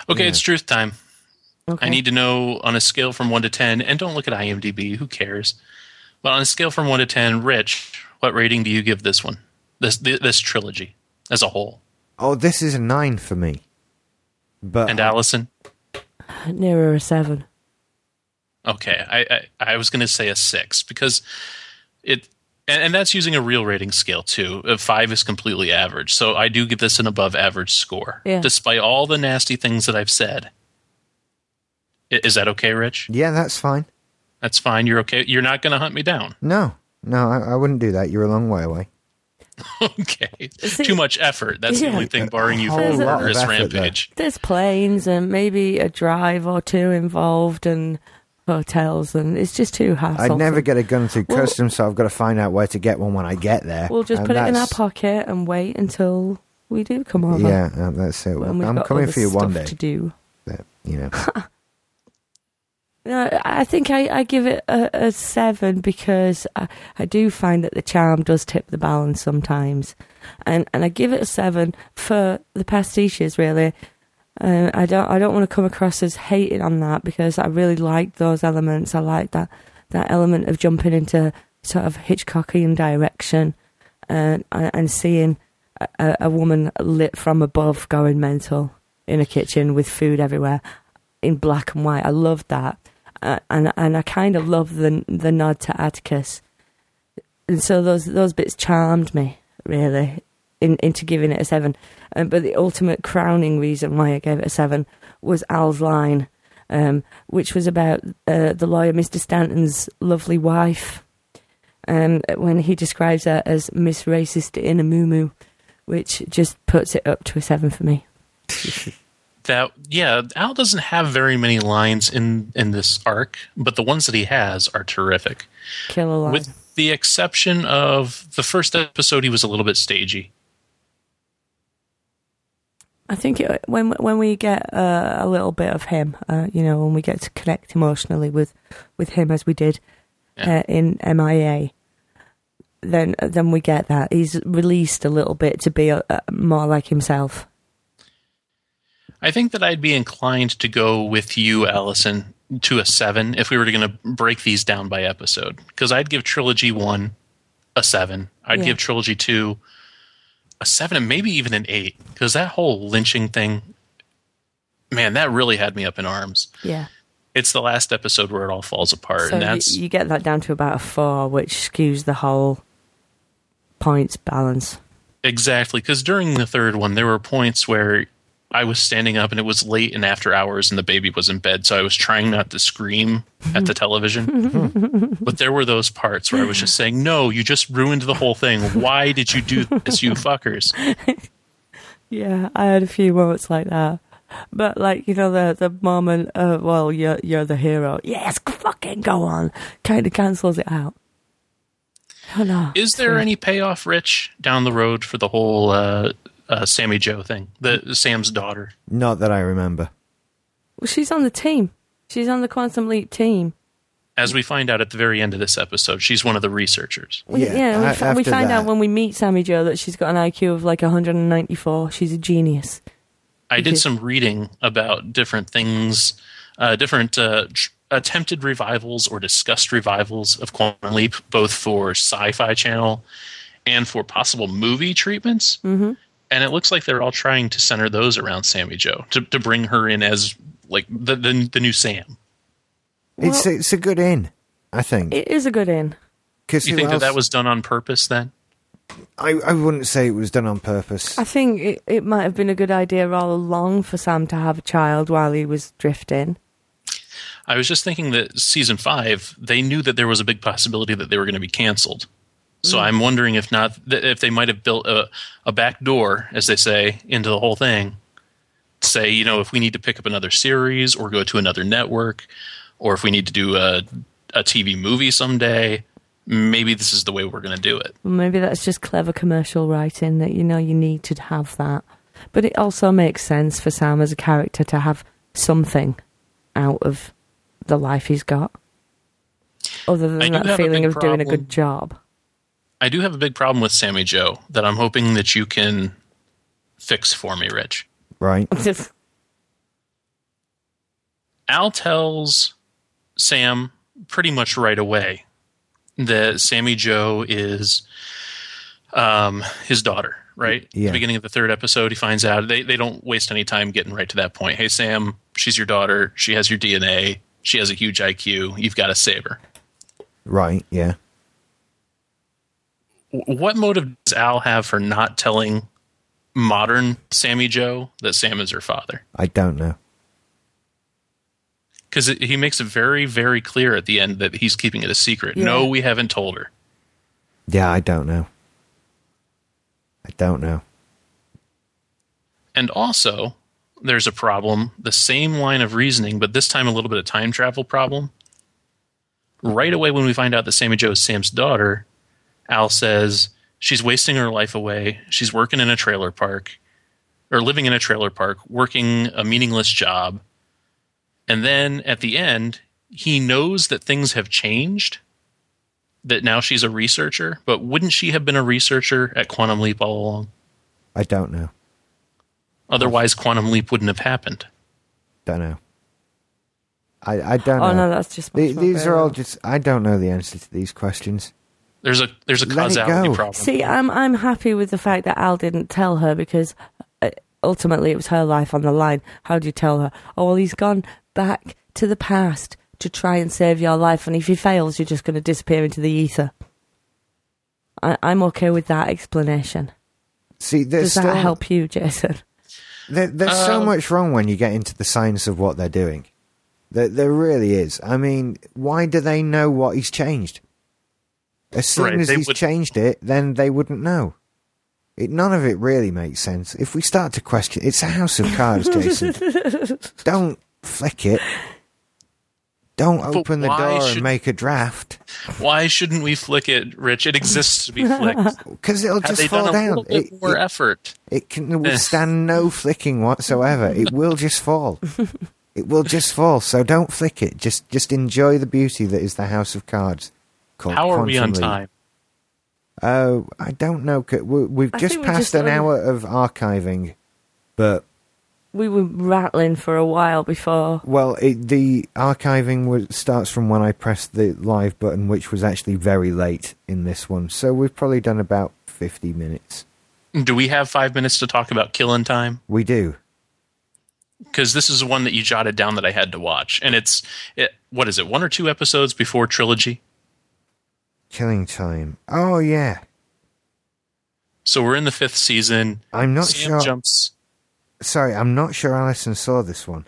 Speaker 1: Okay,
Speaker 3: Yeah.
Speaker 1: it's truth time.
Speaker 2: Okay.
Speaker 1: I need to know on a scale from 1 to 10, and don't look at IMDb, who cares? But on a scale from 1 to 10, Rich, what rating do you give this one? This thi- this trilogy as a whole.
Speaker 3: Oh, this is a nine for me. But
Speaker 1: And Allison?
Speaker 2: nearer a seven.
Speaker 1: Okay, I I, I was going to say a 6 because it and, and that's using a real rating scale too. A 5 is completely average. So I do give this an above average score
Speaker 2: Yeah.
Speaker 1: despite all the nasty things that I've said. I- Is that okay, Rich?
Speaker 3: yeah, that's fine.
Speaker 1: That's fine. You're okay. You're not going to hunt me down.
Speaker 3: No, no, I, I wouldn't do that. You're a long way away.
Speaker 1: okay.
Speaker 2: See-
Speaker 1: Too much effort. That's
Speaker 2: Yeah.
Speaker 1: the only thing barring you from
Speaker 2: There's
Speaker 1: a
Speaker 2: a-
Speaker 1: murderous
Speaker 3: lot of effort there.
Speaker 1: rampage.
Speaker 2: There's planes and maybe a drive or two involved and hotels and it's just too hassle.
Speaker 3: I'd never get a gun through
Speaker 2: Well-
Speaker 3: customs, so I've got to find out where to get one when I get there.
Speaker 2: We'll just
Speaker 3: And
Speaker 2: put it in our
Speaker 3: that's-
Speaker 2: pocket and wait until we do come over.
Speaker 3: Yeah, uh, that's it.
Speaker 2: when we've
Speaker 3: I'm
Speaker 2: got
Speaker 3: coming
Speaker 2: other
Speaker 3: for you one
Speaker 2: stuff
Speaker 3: day.
Speaker 2: to do.
Speaker 3: But, you know,
Speaker 2: No, I think I, I give it a, a seven because I, I do find that the charm does tip the balance sometimes, and and I give it a seven for the pastiches really. Um, I don't I don't want to come across as hating on that because I really like those elements. I like that that element of jumping into sort of Hitchcockian direction and and and seeing a- a, a woman lit from above going mental in a kitchen with food everywhere in black and white. I love that, uh, and and I kind of love the the nod to Atticus, and so those those bits charmed me really in, into giving it a seven. Um, but the ultimate crowning reason why I gave it a seven was Al's line, um, which was about uh, the lawyer Mister Stanton's lovely wife. Um, when he describes her as Miss Racist in a Moo Moo, which just puts it up to a seven for me.
Speaker 1: That yeah, Al doesn't have very many lines in in this arc, but the ones that he has are terrific.
Speaker 2: Killer line.
Speaker 1: With the exception of the first episode, he was a little bit stagey.
Speaker 2: I think it, when when we get uh, a little bit of him, uh, you know, when we get to connect emotionally with, with him as we did
Speaker 1: Yeah.
Speaker 2: uh, in MIA, then then we get that he's released a little bit to be uh uh more like himself.
Speaker 1: I think that I'd be inclined to go with you, Allison, to a seven if we were going to break these down by episode. Because I'd give Trilogy One a seven. I'd
Speaker 2: Yeah.
Speaker 1: give Trilogy Two a seven, and maybe even an eight. Because that whole lynching thing, man, that really had me up in arms.
Speaker 2: Yeah,
Speaker 1: It's the last episode where it all falls apart,
Speaker 2: so
Speaker 1: and
Speaker 2: you,
Speaker 1: that's
Speaker 2: you get that down to about a four, which skews the whole points balance.
Speaker 1: Exactly, because during the third one, there were points where I was standing up and it was late and after hours, and the baby was in bed, so I was trying not to scream at the television. but there were those parts where I was just saying, "No, you just ruined the whole thing. Why did you do this, you fuckers?"
Speaker 2: Yeah, I had a few moments like that. But like you know the the moment uh, well you're you're the hero yes fucking go on kind of cancels it out. Oh no!
Speaker 1: Is there any payoff, Rich, down the road for the whole uh, uh, Sammy Joe thing, the Sam's daughter?
Speaker 3: not that I remember.
Speaker 2: Well, she's on the team. She's on the Quantum Leap team.
Speaker 1: As we find out at the very end of this episode, she's one of the researchers.
Speaker 2: We,
Speaker 3: Yeah,
Speaker 2: yeah, we,
Speaker 3: a-
Speaker 2: fi- we
Speaker 3: after
Speaker 2: find out
Speaker 3: that-
Speaker 2: when we meet Sammy Joe that she's got an IQ of like 194. She's a genius.
Speaker 1: I
Speaker 2: Okay.
Speaker 1: did some reading about different things, uh, different uh, tr- attempted revivals or discussed revivals of Quantum Leap, both for Sci Fi Channel and for possible movie treatments. Mm-hmm. And it looks like they're all trying to center those around Sammy Joe to, to bring her in as like the, the, the new Sam.
Speaker 3: it's it's a good in, I think.
Speaker 2: It is a good in.
Speaker 3: Because
Speaker 1: You think that that was done on purpose then?
Speaker 3: I, I wouldn't say it was done on purpose.
Speaker 2: I think it, it might have been a good idea all along for Sam to have a child while he was drifting.
Speaker 1: I was just thinking that season five, they knew that there was a big possibility that they were going to be canceled. So I'm wondering if not, th- if they might have built a, a back door, as they say, into the whole thing. Say, you know, if we need to pick up another series or go to another network, or if we need to do a, a TV movie someday, maybe this is the way we're going to do it.
Speaker 2: Well, Maybe that's just clever commercial writing that you know you need to have that. But it also makes sense for Sam as a character to have something out of the life he's got, other
Speaker 1: I
Speaker 2: than
Speaker 1: do
Speaker 2: that
Speaker 1: have a
Speaker 2: feeling
Speaker 1: big
Speaker 2: of doing a
Speaker 1: problem.
Speaker 2: good job.
Speaker 1: I do have a big problem with Sammy Joe that I'm hoping that you can fix for me, Rich.
Speaker 3: right?
Speaker 2: Just-
Speaker 1: Al tells Sam pretty much right away that Sammy Joe is um, his daughter, right? At
Speaker 3: Yeah.
Speaker 1: The beginning of the third episode, he finds out. They, they don't waste any time getting right to that point. Hey, Sam, she's your daughter. She has your DNA. She has a huge IQ. You've got to save her.
Speaker 3: Right, yeah.
Speaker 1: W- What motive does Al have for not telling modern Sammy Joe that Sam is her father?
Speaker 3: I don't know.
Speaker 1: because he makes it very, very clear at the end that he's keeping it a secret. No,
Speaker 2: Yeah.
Speaker 1: we haven't told her.
Speaker 3: Yeah, I don't know. I don't know.
Speaker 1: And also, there's a problem, the same line of reasoning, but this time a little bit of time travel problem. Right away, when we find out that Sammy Joe is Sam's daughter, Al says she's wasting her life away. She's working in a trailer park or living in a trailer park, working a meaningless job. And then at the end, he knows that things have changed, that now she's a researcher, but wouldn't she have been a researcher at Quantum Leap all along?
Speaker 3: I don't know.
Speaker 1: Otherwise, Quantum Leap wouldn't have happened.
Speaker 3: Don't know. I, I don't
Speaker 2: oh
Speaker 3: know.
Speaker 2: no, that's just
Speaker 3: The-
Speaker 2: much more
Speaker 3: these are
Speaker 2: better.
Speaker 3: all just. I don't know the answer to these questions.
Speaker 1: There's a there's a
Speaker 3: Let it
Speaker 1: causality
Speaker 3: go.
Speaker 1: problem.
Speaker 2: See, I'm I'm happy with the fact that Al didn't tell her because uh, ultimately it was her life on the line. How do you tell her? Oh well, he's gone back to the past to try and save your life, and if he fails, you're just going to disappear into the ether. I, I'm okay with that explanation.
Speaker 3: See, there's
Speaker 2: Does that
Speaker 3: still,
Speaker 2: help you, Jason?
Speaker 3: There, there's so
Speaker 1: Um,
Speaker 3: much wrong when you get into the science of what they're doing. There, there really is. I mean, why do they know what he's changed? As soon
Speaker 1: Right,
Speaker 3: as
Speaker 1: they
Speaker 3: he's
Speaker 1: would-
Speaker 3: changed it, then they wouldn't know. It, none of it really makes sense. If we start to question, it's a house of cards, Jason. Don't flick it. Don't
Speaker 1: But
Speaker 3: open the
Speaker 1: why
Speaker 3: door and
Speaker 1: should-
Speaker 3: make a draft
Speaker 1: Why shouldn't we flick it, Rich? It exists to be flicked.
Speaker 3: because it'll
Speaker 1: Had
Speaker 3: just
Speaker 1: they done
Speaker 3: fall
Speaker 1: a
Speaker 3: down.
Speaker 1: little bit
Speaker 3: It-
Speaker 1: more
Speaker 3: it-
Speaker 1: effort,
Speaker 3: It
Speaker 1: Eh.
Speaker 3: can withstand no flicking whatsoever. It will just fall. It will just fall. So don't flick it. Just just enjoy the beauty that is the House of Cards. called
Speaker 1: how are we on
Speaker 3: Quantum Leap.
Speaker 1: time?
Speaker 3: Oh, I don't know. C- we- We've
Speaker 2: I
Speaker 3: just
Speaker 2: think we
Speaker 3: passed
Speaker 2: just
Speaker 3: an
Speaker 2: only-
Speaker 3: hour of archiving, but
Speaker 2: We were rattling for a while before.
Speaker 3: well, it, the archiving was, starts from when I pressed the live button, which was actually very late in this one. So we've probably done about fifty minutes.
Speaker 1: Do we have five minutes to talk about Killing Time?
Speaker 3: We do.
Speaker 1: Because this is one that you jotted down that I had to watch, and it's it, what is it? One or two episodes before trilogy.
Speaker 3: Killing time. Oh yeah,
Speaker 1: So we're in the fifth season.
Speaker 3: I'm not
Speaker 1: Sam
Speaker 3: sure.
Speaker 1: jumps.
Speaker 3: Sorry, I'm not sure Alison saw this one.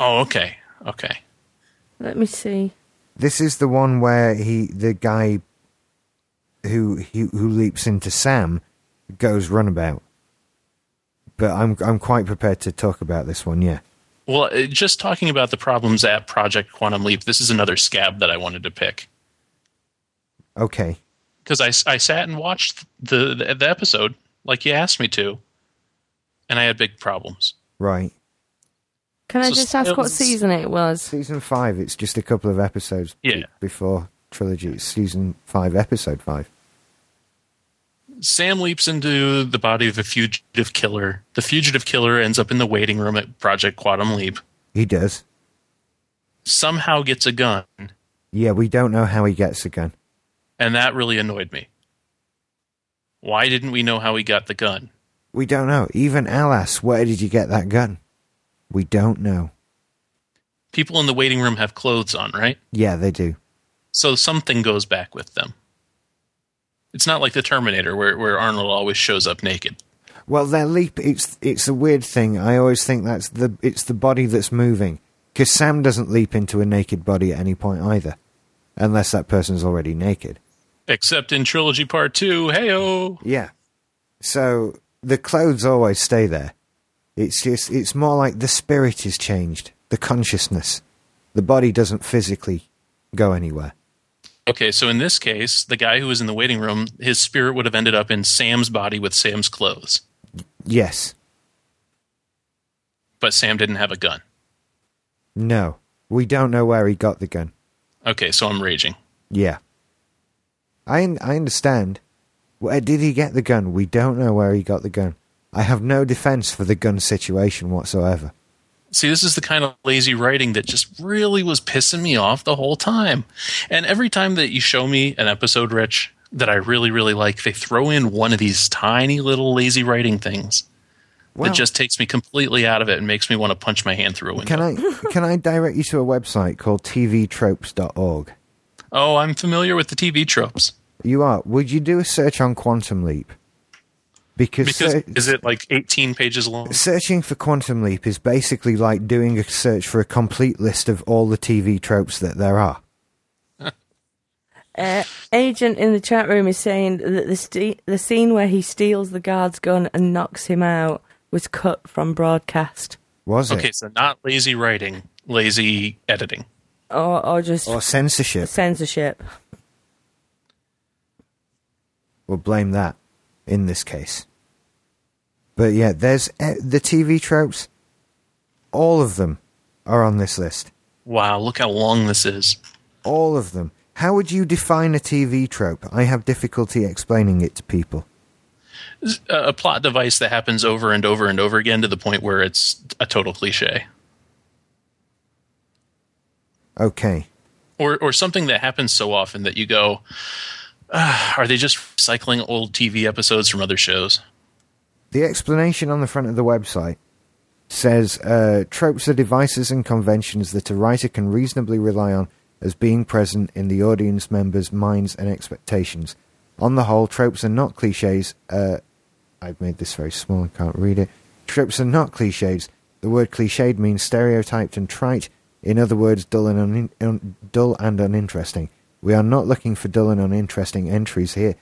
Speaker 1: Oh, okay, okay.
Speaker 2: Let me see.
Speaker 3: This is the one where he, the guy who who, who leaps into Sam, goes runabout. But I'm I'm quite prepared to talk about this one. Yeah,
Speaker 1: Well, uh, just talking about the problems at Project Quantum Leap. This is another scab that I wanted to pick.
Speaker 3: okay.
Speaker 1: because I, I sat and watched the, the the episode like you asked me to, and I had big problems.
Speaker 3: Right,
Speaker 2: Can I
Speaker 1: So
Speaker 2: just ask what
Speaker 1: Styles-
Speaker 2: season it was?
Speaker 3: season five. It's just a couple of episodes.
Speaker 1: Yeah.
Speaker 3: Before trilogy, it's season five, episode five.
Speaker 1: Sam leaps into the body of a fugitive killer. The fugitive killer ends up in the waiting room at Project Quantum Leap.
Speaker 3: He does.
Speaker 1: Somehow gets a gun,
Speaker 3: Yeah, we don't know how he gets a gun.
Speaker 1: and that really annoyed me. Why didn't we know how he got the gun?
Speaker 3: We don't know. Even Alas, where did you get that gun? We don't know.
Speaker 1: people in the waiting room have clothes on, right?
Speaker 3: Yeah, they do.
Speaker 1: So something goes back with them. It's not like the Terminator where, where Arnold always shows up naked.
Speaker 3: Well, their leap it's it's a weird thing. I always think that's the it's the body that's moving because Sam doesn't leap into a naked body at any point either, unless that person's already naked.
Speaker 1: Except in Trilogy Part 2, heyo.
Speaker 3: Yeah. So the clothes always stay there. It's just it's more like the spirit is changed, the consciousness. The body doesn't physically go anywhere.
Speaker 1: Okay, so in this case, the guy who was in the waiting room, his spirit would have ended up in Sam's body with Sam's clothes,
Speaker 3: Yes.
Speaker 1: but Sam didn't have a gun.
Speaker 3: No. We don't know where he got the gun.
Speaker 1: Okay, so I'm raging.
Speaker 3: Yeah. I un- I understand. Where did he get the gun? We don't know where he got the gun. I have no defense for the gun situation whatsoever.
Speaker 1: See, this is the kind of lazy writing that just really was pissing me off the whole time. And every time that you show me an episode, Rich, that I really, really like, they throw in one of these tiny little lazy writing things
Speaker 3: Well,
Speaker 1: that just takes me completely out of it and makes me want to punch my hand through a window.
Speaker 3: can I can I direct you to a website called tvtropes.org?
Speaker 1: oh, I'm familiar with the TV tropes.
Speaker 3: You are. Would you do a search on Quantum Leap? Because,
Speaker 1: Because
Speaker 3: ser-
Speaker 1: is it like 18 pages long?
Speaker 3: searching for Quantum Leap is basically like doing a search for a complete list of all the TV tropes that there are.
Speaker 2: Uh, agent in the chat room is saying that the ste the scene where he steals the guard's gun and knocks him out was cut from broadcast,
Speaker 3: Was
Speaker 1: Okay,
Speaker 3: it?
Speaker 1: so not lazy writing, lazy editing.
Speaker 2: or or just
Speaker 3: Or censorship?
Speaker 2: censorship.
Speaker 3: We'll blame that in this case. But yeah, there's eh, the TV tropes. All of them are on this list.
Speaker 1: Wow, look how long this is.
Speaker 3: All of them. How would you define a TV trope? I have difficulty explaining it to people.
Speaker 1: A, a plot device that happens over and over and over again to the point where it's a total cliche.
Speaker 3: Okay.
Speaker 1: Or, or something that happens so often that you go, "Ah, are they just recycling old TV episodes from other shows?
Speaker 3: The explanation on the front of the website says uh, tropes are devices and conventions that a writer can reasonably rely on as being present in the audience members' minds and expectations. On the whole, tropes are not cliches. Uh, I've made this very small, I can't read it. Tropes are not cliches. The word cliched means stereotyped and trite. In other words, dull and, un- un- dull and uninteresting. We are not looking for dull and uninteresting entries here.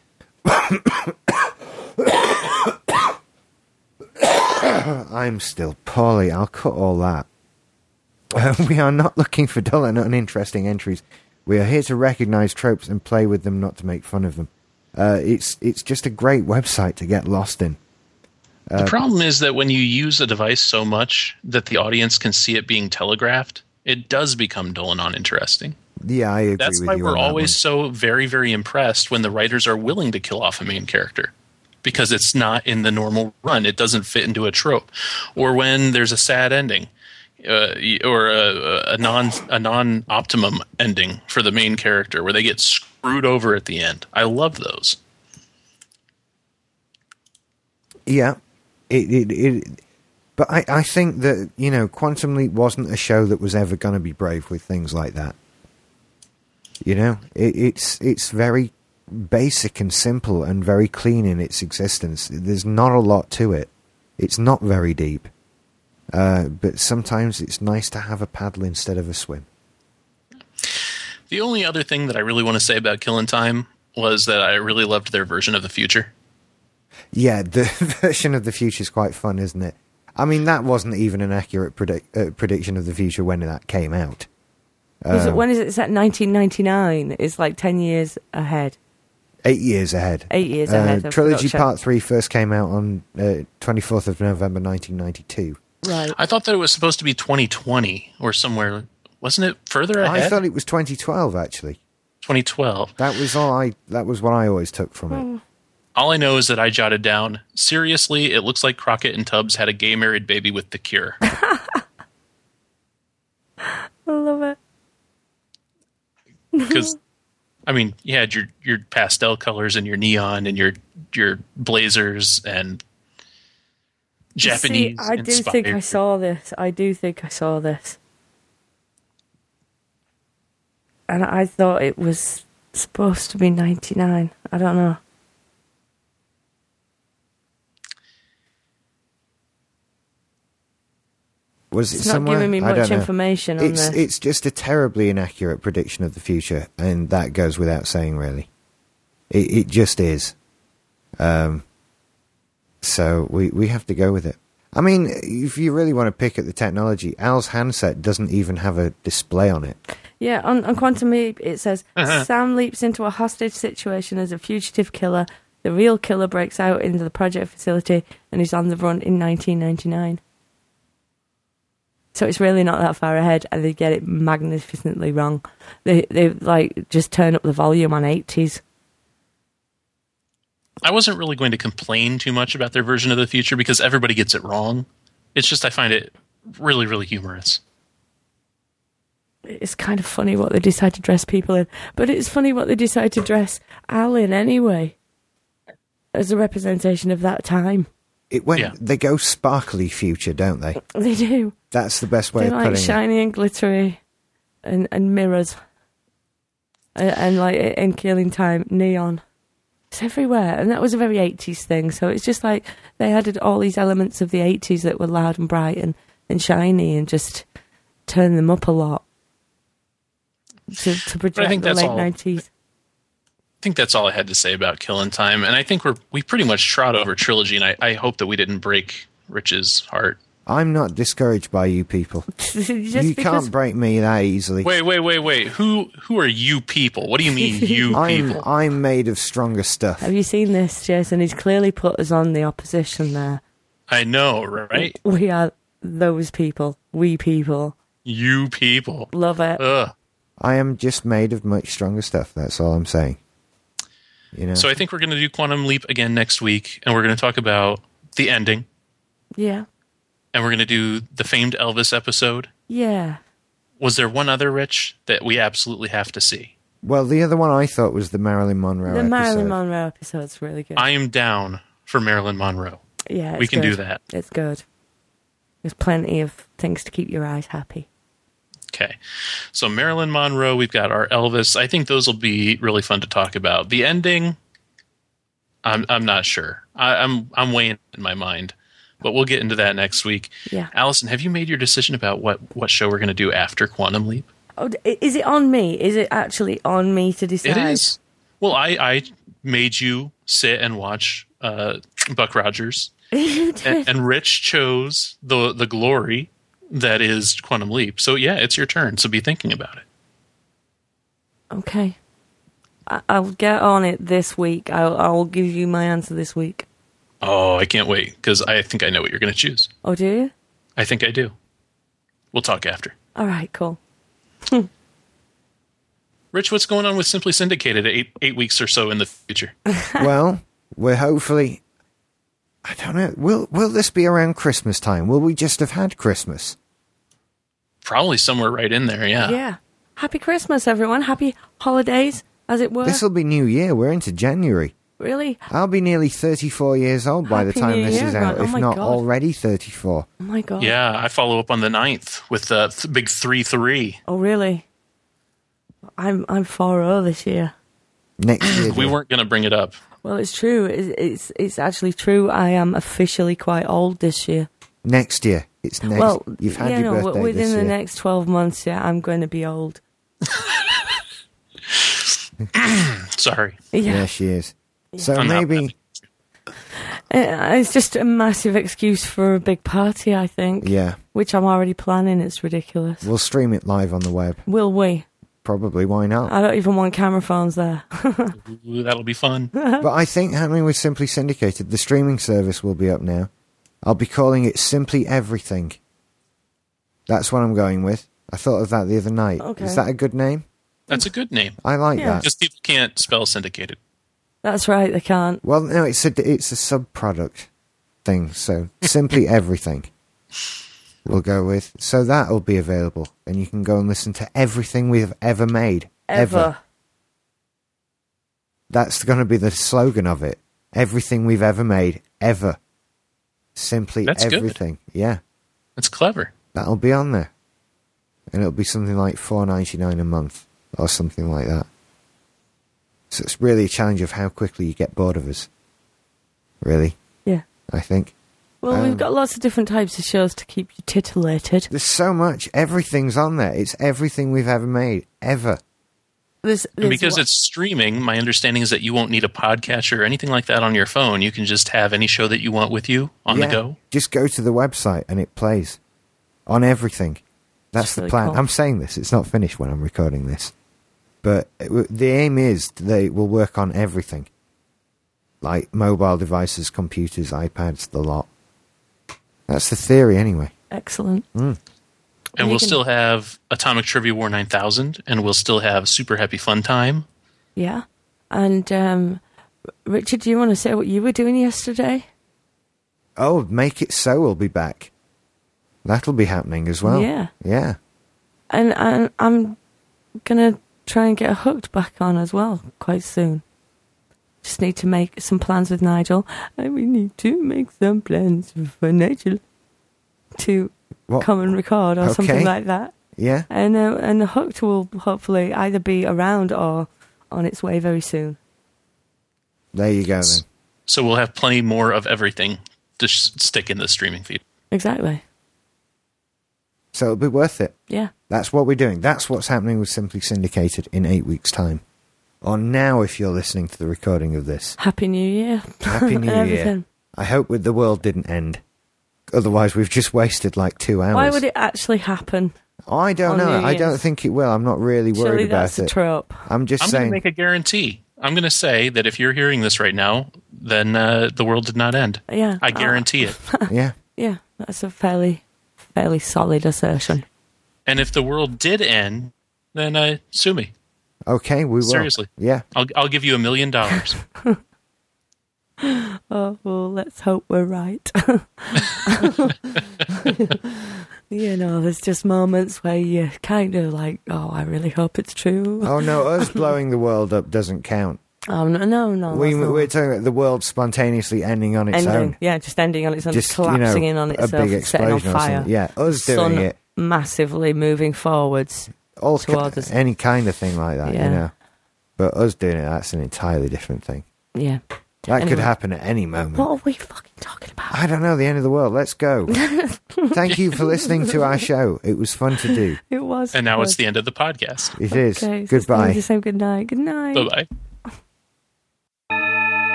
Speaker 3: I'm still poorly. I'll cut all that. Uh, we are not looking for dull and uninteresting entries. We are here to recognise tropes and play with them, not to make fun of them. Uh, it's it's just a great website to get lost in.
Speaker 1: the problem is that when you use a device so much that the audience can see it being telegraphed, it does become dull and uninteresting.
Speaker 3: Yeah, I agree
Speaker 1: That's
Speaker 3: with
Speaker 1: why
Speaker 3: you.
Speaker 1: we're
Speaker 3: on that
Speaker 1: always so very, very impressed when the writers are willing to kill off a main character because it's not in the normal run. It doesn't fit into a trope, or when there's a sad ending, uh, or a, a non a non optimum ending for the main character where they get screwed over at the end. I love those.
Speaker 3: one. Yeah, it, it it. But I I think that you know Quantum Leap wasn't a show that was ever going to be brave with things like that. You know, it, it's it's very basic and simple and very clean in its existence. There's not a lot to it. It's not very deep, uh, but sometimes it's nice to have a paddle instead of a swim.
Speaker 1: The only other thing that I really want to say about Killing Time was that I really loved their version of the future.
Speaker 3: Yeah, the version of the future is quite fun, isn't it? I mean, that wasn't even an accurate predict- uh, prediction of the future when that came out.
Speaker 2: Was
Speaker 3: Oh.
Speaker 2: it- when is it? It's at 1999. It's like 10 years ahead.
Speaker 3: Eight years ahead.
Speaker 2: Eight years
Speaker 3: Uh,
Speaker 2: ahead, I
Speaker 3: Trilogy
Speaker 2: forgot to-
Speaker 3: Part 3 first came out on uh, 24th of November 1992.
Speaker 2: Right.
Speaker 1: I thought that it was supposed to be 2020 or somewhere. Wasn't it further
Speaker 3: I
Speaker 1: ahead?
Speaker 3: thought it was 2012, actually.
Speaker 1: 2012.
Speaker 3: That was all I. That was what I always took from
Speaker 2: Hmm.
Speaker 3: it.
Speaker 1: All I know is that I jotted down, seriously, it looks like Crockett and Tubbs had a gay married baby with the cure.
Speaker 2: I love it.
Speaker 1: Because, I mean, you had your, your pastel colors and your neon and your your blazers and Japanese.
Speaker 2: See, I do think I
Speaker 1: inspired-
Speaker 2: saw this. I do think I saw this. and I thought it was supposed to be 99. I don't know.
Speaker 3: Was
Speaker 2: It's
Speaker 3: it
Speaker 2: not
Speaker 3: somewhere?
Speaker 2: giving me
Speaker 3: I
Speaker 2: much
Speaker 3: don't know.
Speaker 2: information on
Speaker 3: It's
Speaker 2: this.
Speaker 3: it's just a terribly inaccurate prediction of the future, and that goes without saying, really. It it just is. Um. So we we have to go with it. I mean, if you really want to pick at the technology, Al's handset doesn't even have a display on it.
Speaker 2: Yeah, on, on Quantum Leap, it says Sam leaps into a hostage situation as a fugitive killer. The real killer breaks out into the project facility and is on the run in 1999. So it's really not that far ahead, and they get it magnificently wrong. They they like just turn up the volume on 80s.
Speaker 1: I wasn't really going to complain too much about their version of the future because everybody gets it wrong. It's just I find it really, really humorous.
Speaker 2: It's kind of funny what they decide to dress people in, but it's funny what they decide to dress Al in anyway, as a representation of that time.
Speaker 3: It went.
Speaker 1: Yeah.
Speaker 3: They go sparkly future, don't they?
Speaker 2: They do.
Speaker 3: That's the best way
Speaker 2: they
Speaker 3: of
Speaker 2: like
Speaker 3: putting it.
Speaker 2: shiny and glittery, and and mirrors, and, and like in Killing Time, neon. It's everywhere, and that was a very eighties thing. So it's just like they added all these elements of the eighties that were loud and bright and and shiny, and just turned them up a lot to to project
Speaker 1: think
Speaker 2: the
Speaker 1: that's
Speaker 2: late
Speaker 1: all.
Speaker 2: nineties.
Speaker 1: I think that's all I had to say about Killing Time, and I think we're we pretty much trod over trilogy, and I, I hope that we didn't break Rich's heart.
Speaker 3: I'm not discouraged by you people.
Speaker 2: just because
Speaker 3: you can't break me that easily.
Speaker 1: Wait, wait, wait, wait. Who who are you people? What do you mean you
Speaker 3: I'm
Speaker 1: people?
Speaker 3: I'm made of stronger stuff.
Speaker 2: have you seen this, Jason? He's clearly put us on the opposition there.
Speaker 1: I know, right?
Speaker 2: We are those people. We people
Speaker 1: You people.
Speaker 2: love it.
Speaker 1: Ugh.
Speaker 3: I am just made of much stronger stuff. That's all I'm saying. You know.
Speaker 1: So I think we're going to do Quantum Leap again next week, and we're going to talk about the ending,
Speaker 2: Yeah,
Speaker 1: and we're going to do the famed Elvis episode.
Speaker 2: yeah.
Speaker 1: Was there one other Rich that we absolutely have to see?
Speaker 3: well, the other one I thought was the Marilyn Monroe.
Speaker 2: The
Speaker 3: episode.
Speaker 2: Marilyn Monroe episode's really good.
Speaker 1: I am down for Marilyn Monroe.
Speaker 2: yeah,
Speaker 1: we
Speaker 2: it's
Speaker 1: can
Speaker 2: good.
Speaker 1: do that.
Speaker 2: It's good. There's plenty of things to keep your eyes happy.
Speaker 1: Okay. So Marilyn Monroe, we've got our Elvis. I think those will be really fun to talk about. The ending, I'm I'm not sure. I, I'm I'm weighing in my mind, but we'll get into that next week.
Speaker 2: Yeah.
Speaker 1: Allison, have you made your decision about what what show we're going to do after Quantum Leap?
Speaker 2: Oh, d- i- is it on me? Is it actually on me to decide?
Speaker 1: It is. Well, I I made you sit and watch uh, Buck Rogers,
Speaker 2: you did.
Speaker 1: and, and Rich chose the the glory that is Quantum Leap. So yeah, it's your turn. So be thinking about it.
Speaker 2: Okay. I- I'll get on it this week. I'll, I'll give you my answer this week.
Speaker 1: Oh, I can't wait because I think I know what you're going to choose.
Speaker 2: Oh, do you?
Speaker 1: I think I do. We'll talk after.
Speaker 2: All right, cool.
Speaker 1: Rich, what's going on with Simply Syndicated eight, eight weeks or so in the future?
Speaker 3: well, we're hopefully. I don't know. Will Will this be around Christmas time? Will we just have had Christmas?
Speaker 1: Probably somewhere right in there, yeah.
Speaker 2: yeah. Happy Christmas, everyone. Happy holidays, as it were.
Speaker 3: This will be New Year. We're into January.
Speaker 2: Really?
Speaker 3: I'll be nearly 34 years old by the
Speaker 2: Happy
Speaker 3: time
Speaker 2: New
Speaker 3: this
Speaker 2: Year,
Speaker 3: is out,
Speaker 2: Ron. Oh
Speaker 3: if
Speaker 2: my
Speaker 3: not
Speaker 2: God.
Speaker 3: already 34.
Speaker 2: Oh, my God.
Speaker 1: Yeah, I follow up on the 9th with the th- big 3 3.
Speaker 2: Oh, really? I'm I'm 4-0 this year.
Speaker 3: Next year.
Speaker 1: We
Speaker 3: dear.
Speaker 1: weren't going to bring it up.
Speaker 2: Well, it's true. It's, it's it's actually true. I am officially quite old this year.
Speaker 3: Next year. It's next.
Speaker 2: well,
Speaker 3: You've had
Speaker 2: yeah,
Speaker 3: your
Speaker 2: no,
Speaker 3: birthday
Speaker 2: within
Speaker 3: this
Speaker 2: the
Speaker 3: year.
Speaker 2: next twelve months, yeah, I'm going to be old.
Speaker 1: Sorry.
Speaker 3: Yeah,
Speaker 2: Yeah,
Speaker 3: she is. So
Speaker 1: I'm not-
Speaker 3: maybe.
Speaker 2: Uh, it's just a massive excuse for a big party. I think.
Speaker 3: Yeah.
Speaker 2: Which I'm already planning. It's ridiculous.
Speaker 3: We'll stream it live on the web.
Speaker 2: Will we?
Speaker 3: Probably, why not?
Speaker 2: I don't even want camera phones there.
Speaker 1: Ooh, that'll be fun.
Speaker 2: Uh-huh.
Speaker 3: But I think happening with Simply Syndicated, the streaming service will be up now. I'll be calling it Simply Everything. That's what I'm going with. I thought of that the other night.
Speaker 2: Okay.
Speaker 3: Is that a good name?
Speaker 1: That's a good name.
Speaker 3: I like
Speaker 2: Yeah.
Speaker 3: that.
Speaker 1: Just people can't spell syndicated.
Speaker 2: That's right. They can't.
Speaker 3: Well, no, it's a it's a subproduct thing. So Simply Everything. We'll go with. So that'll be available, and you can go and listen to everything we've ever made.
Speaker 2: Ever.
Speaker 3: That's going to be the slogan of it. Everything we've ever made, ever. Simply
Speaker 1: That's good.
Speaker 3: everything. Yeah,
Speaker 1: That's clever.
Speaker 3: that'll be on there, and it'll be something like four ninety nine a month or something like that. So it's really a challenge of how quickly you get bored of us. Really,
Speaker 2: Yeah.
Speaker 3: I think.
Speaker 2: Well,
Speaker 3: Um,
Speaker 2: we've got lots of different types of shows to keep you titillated.
Speaker 3: There's so much. Everything's on there. It's everything we've ever made, ever.
Speaker 2: There's,
Speaker 1: And
Speaker 2: there's
Speaker 1: because
Speaker 2: what-
Speaker 1: it's streaming, my understanding is that you won't need a podcatcher or anything like that on your phone. You can just have any show that you want with you on
Speaker 3: Yeah.
Speaker 1: the go.
Speaker 3: Just go to the website and it plays on everything. That's
Speaker 2: It's
Speaker 3: the
Speaker 2: really
Speaker 3: plan.
Speaker 2: cool.
Speaker 3: I'm saying this. It's not finished when I'm recording this. But it w- the aim is they will work on everything like mobile devices, computers, iPads, the lot. That's the theory, anyway.
Speaker 2: excellent.
Speaker 1: And,
Speaker 2: And you
Speaker 1: we'll
Speaker 2: can-
Speaker 1: still have Atomic Trivia War 9000, and we'll still have Super Happy Fun Time.
Speaker 2: Yeah. And um, Richard, do you want to say what you were doing yesterday?
Speaker 3: Oh, Make It So will be back. That'll be happening as well.
Speaker 2: Yeah.
Speaker 3: Yeah.
Speaker 2: And, and I'm gonna try and get hooked back on as well quite soon. Just need to make some plans with Nigel, and we need to make some plans for Nigel to
Speaker 3: What?
Speaker 2: come and record or
Speaker 3: Oh. Okay.
Speaker 2: something like that.
Speaker 3: Yeah.
Speaker 2: And uh, and Hooked will hopefully either be around or on its way very soon.
Speaker 3: There you go, then.
Speaker 1: So we'll have plenty more of everything to sh- stick in the streaming feed.
Speaker 2: Exactly.
Speaker 3: So it'll be worth it.
Speaker 2: Yeah.
Speaker 3: That's what we're doing. That's what's happening with Simply Syndicated in eight weeks' time. Or now, if you're listening to the recording of this.
Speaker 2: Happy New Year.
Speaker 3: Happy New Year.
Speaker 2: Everything.
Speaker 3: I hope with the world didn't end. Otherwise, we've just wasted like two hours.
Speaker 2: Why would it actually happen?
Speaker 3: I don't
Speaker 2: on
Speaker 3: know.
Speaker 2: New
Speaker 3: I don't
Speaker 2: Year's?
Speaker 3: think it will. I'm not really worried
Speaker 2: Surely
Speaker 3: about
Speaker 2: that's
Speaker 3: it.
Speaker 2: a trope.
Speaker 3: I'm just
Speaker 1: I'm going to
Speaker 3: saying.
Speaker 1: make a guarantee. I'm going to say that if you're hearing this right now, then uh, the world did not end.
Speaker 2: Yeah. Oh,
Speaker 1: I guarantee it.
Speaker 3: yeah.
Speaker 2: Yeah, that's a fairly fairly solid assertion.
Speaker 1: And if the world did end, then uh, sue me.
Speaker 3: Okay, we will.
Speaker 1: Seriously.
Speaker 3: Yeah.
Speaker 1: I'll, I'll give you a million dollars.
Speaker 2: Oh well, let's hope we're right. you know, there's just moments where you're kind of like, oh, I really hope it's true.
Speaker 3: Oh no, us blowing the world up doesn't count.
Speaker 2: Oh no, no, no.
Speaker 3: we,
Speaker 2: that's not
Speaker 3: we're talking about the world spontaneously ending on its
Speaker 2: ending,
Speaker 3: own.
Speaker 2: yeah, just ending on its own,
Speaker 3: Just
Speaker 2: just collapsing
Speaker 3: you know,
Speaker 2: in on
Speaker 3: a
Speaker 2: itself,
Speaker 3: big
Speaker 2: and setting
Speaker 3: explosion
Speaker 2: on
Speaker 3: or
Speaker 2: fire.
Speaker 3: something. Yeah, us doing
Speaker 2: Sun
Speaker 3: it.
Speaker 2: massively moving forwards.
Speaker 3: all
Speaker 2: towards
Speaker 3: ki-
Speaker 2: us.
Speaker 3: any kind of thing like that, you
Speaker 2: Yeah.
Speaker 3: know. But us doing it, that's an entirely different thing.
Speaker 2: Yeah.
Speaker 3: That could
Speaker 2: Anyway.
Speaker 3: happen at any moment.
Speaker 2: What are we fucking talking about?
Speaker 3: I don't know, the end of the world. Let's go. Thank you for listening to our show. It was fun to do.
Speaker 2: It was.
Speaker 1: and now it's the end of the podcast.
Speaker 3: It is.
Speaker 2: Okay, so it's time
Speaker 3: Goodbye.
Speaker 2: to say good night. Good night.
Speaker 1: Bye bye.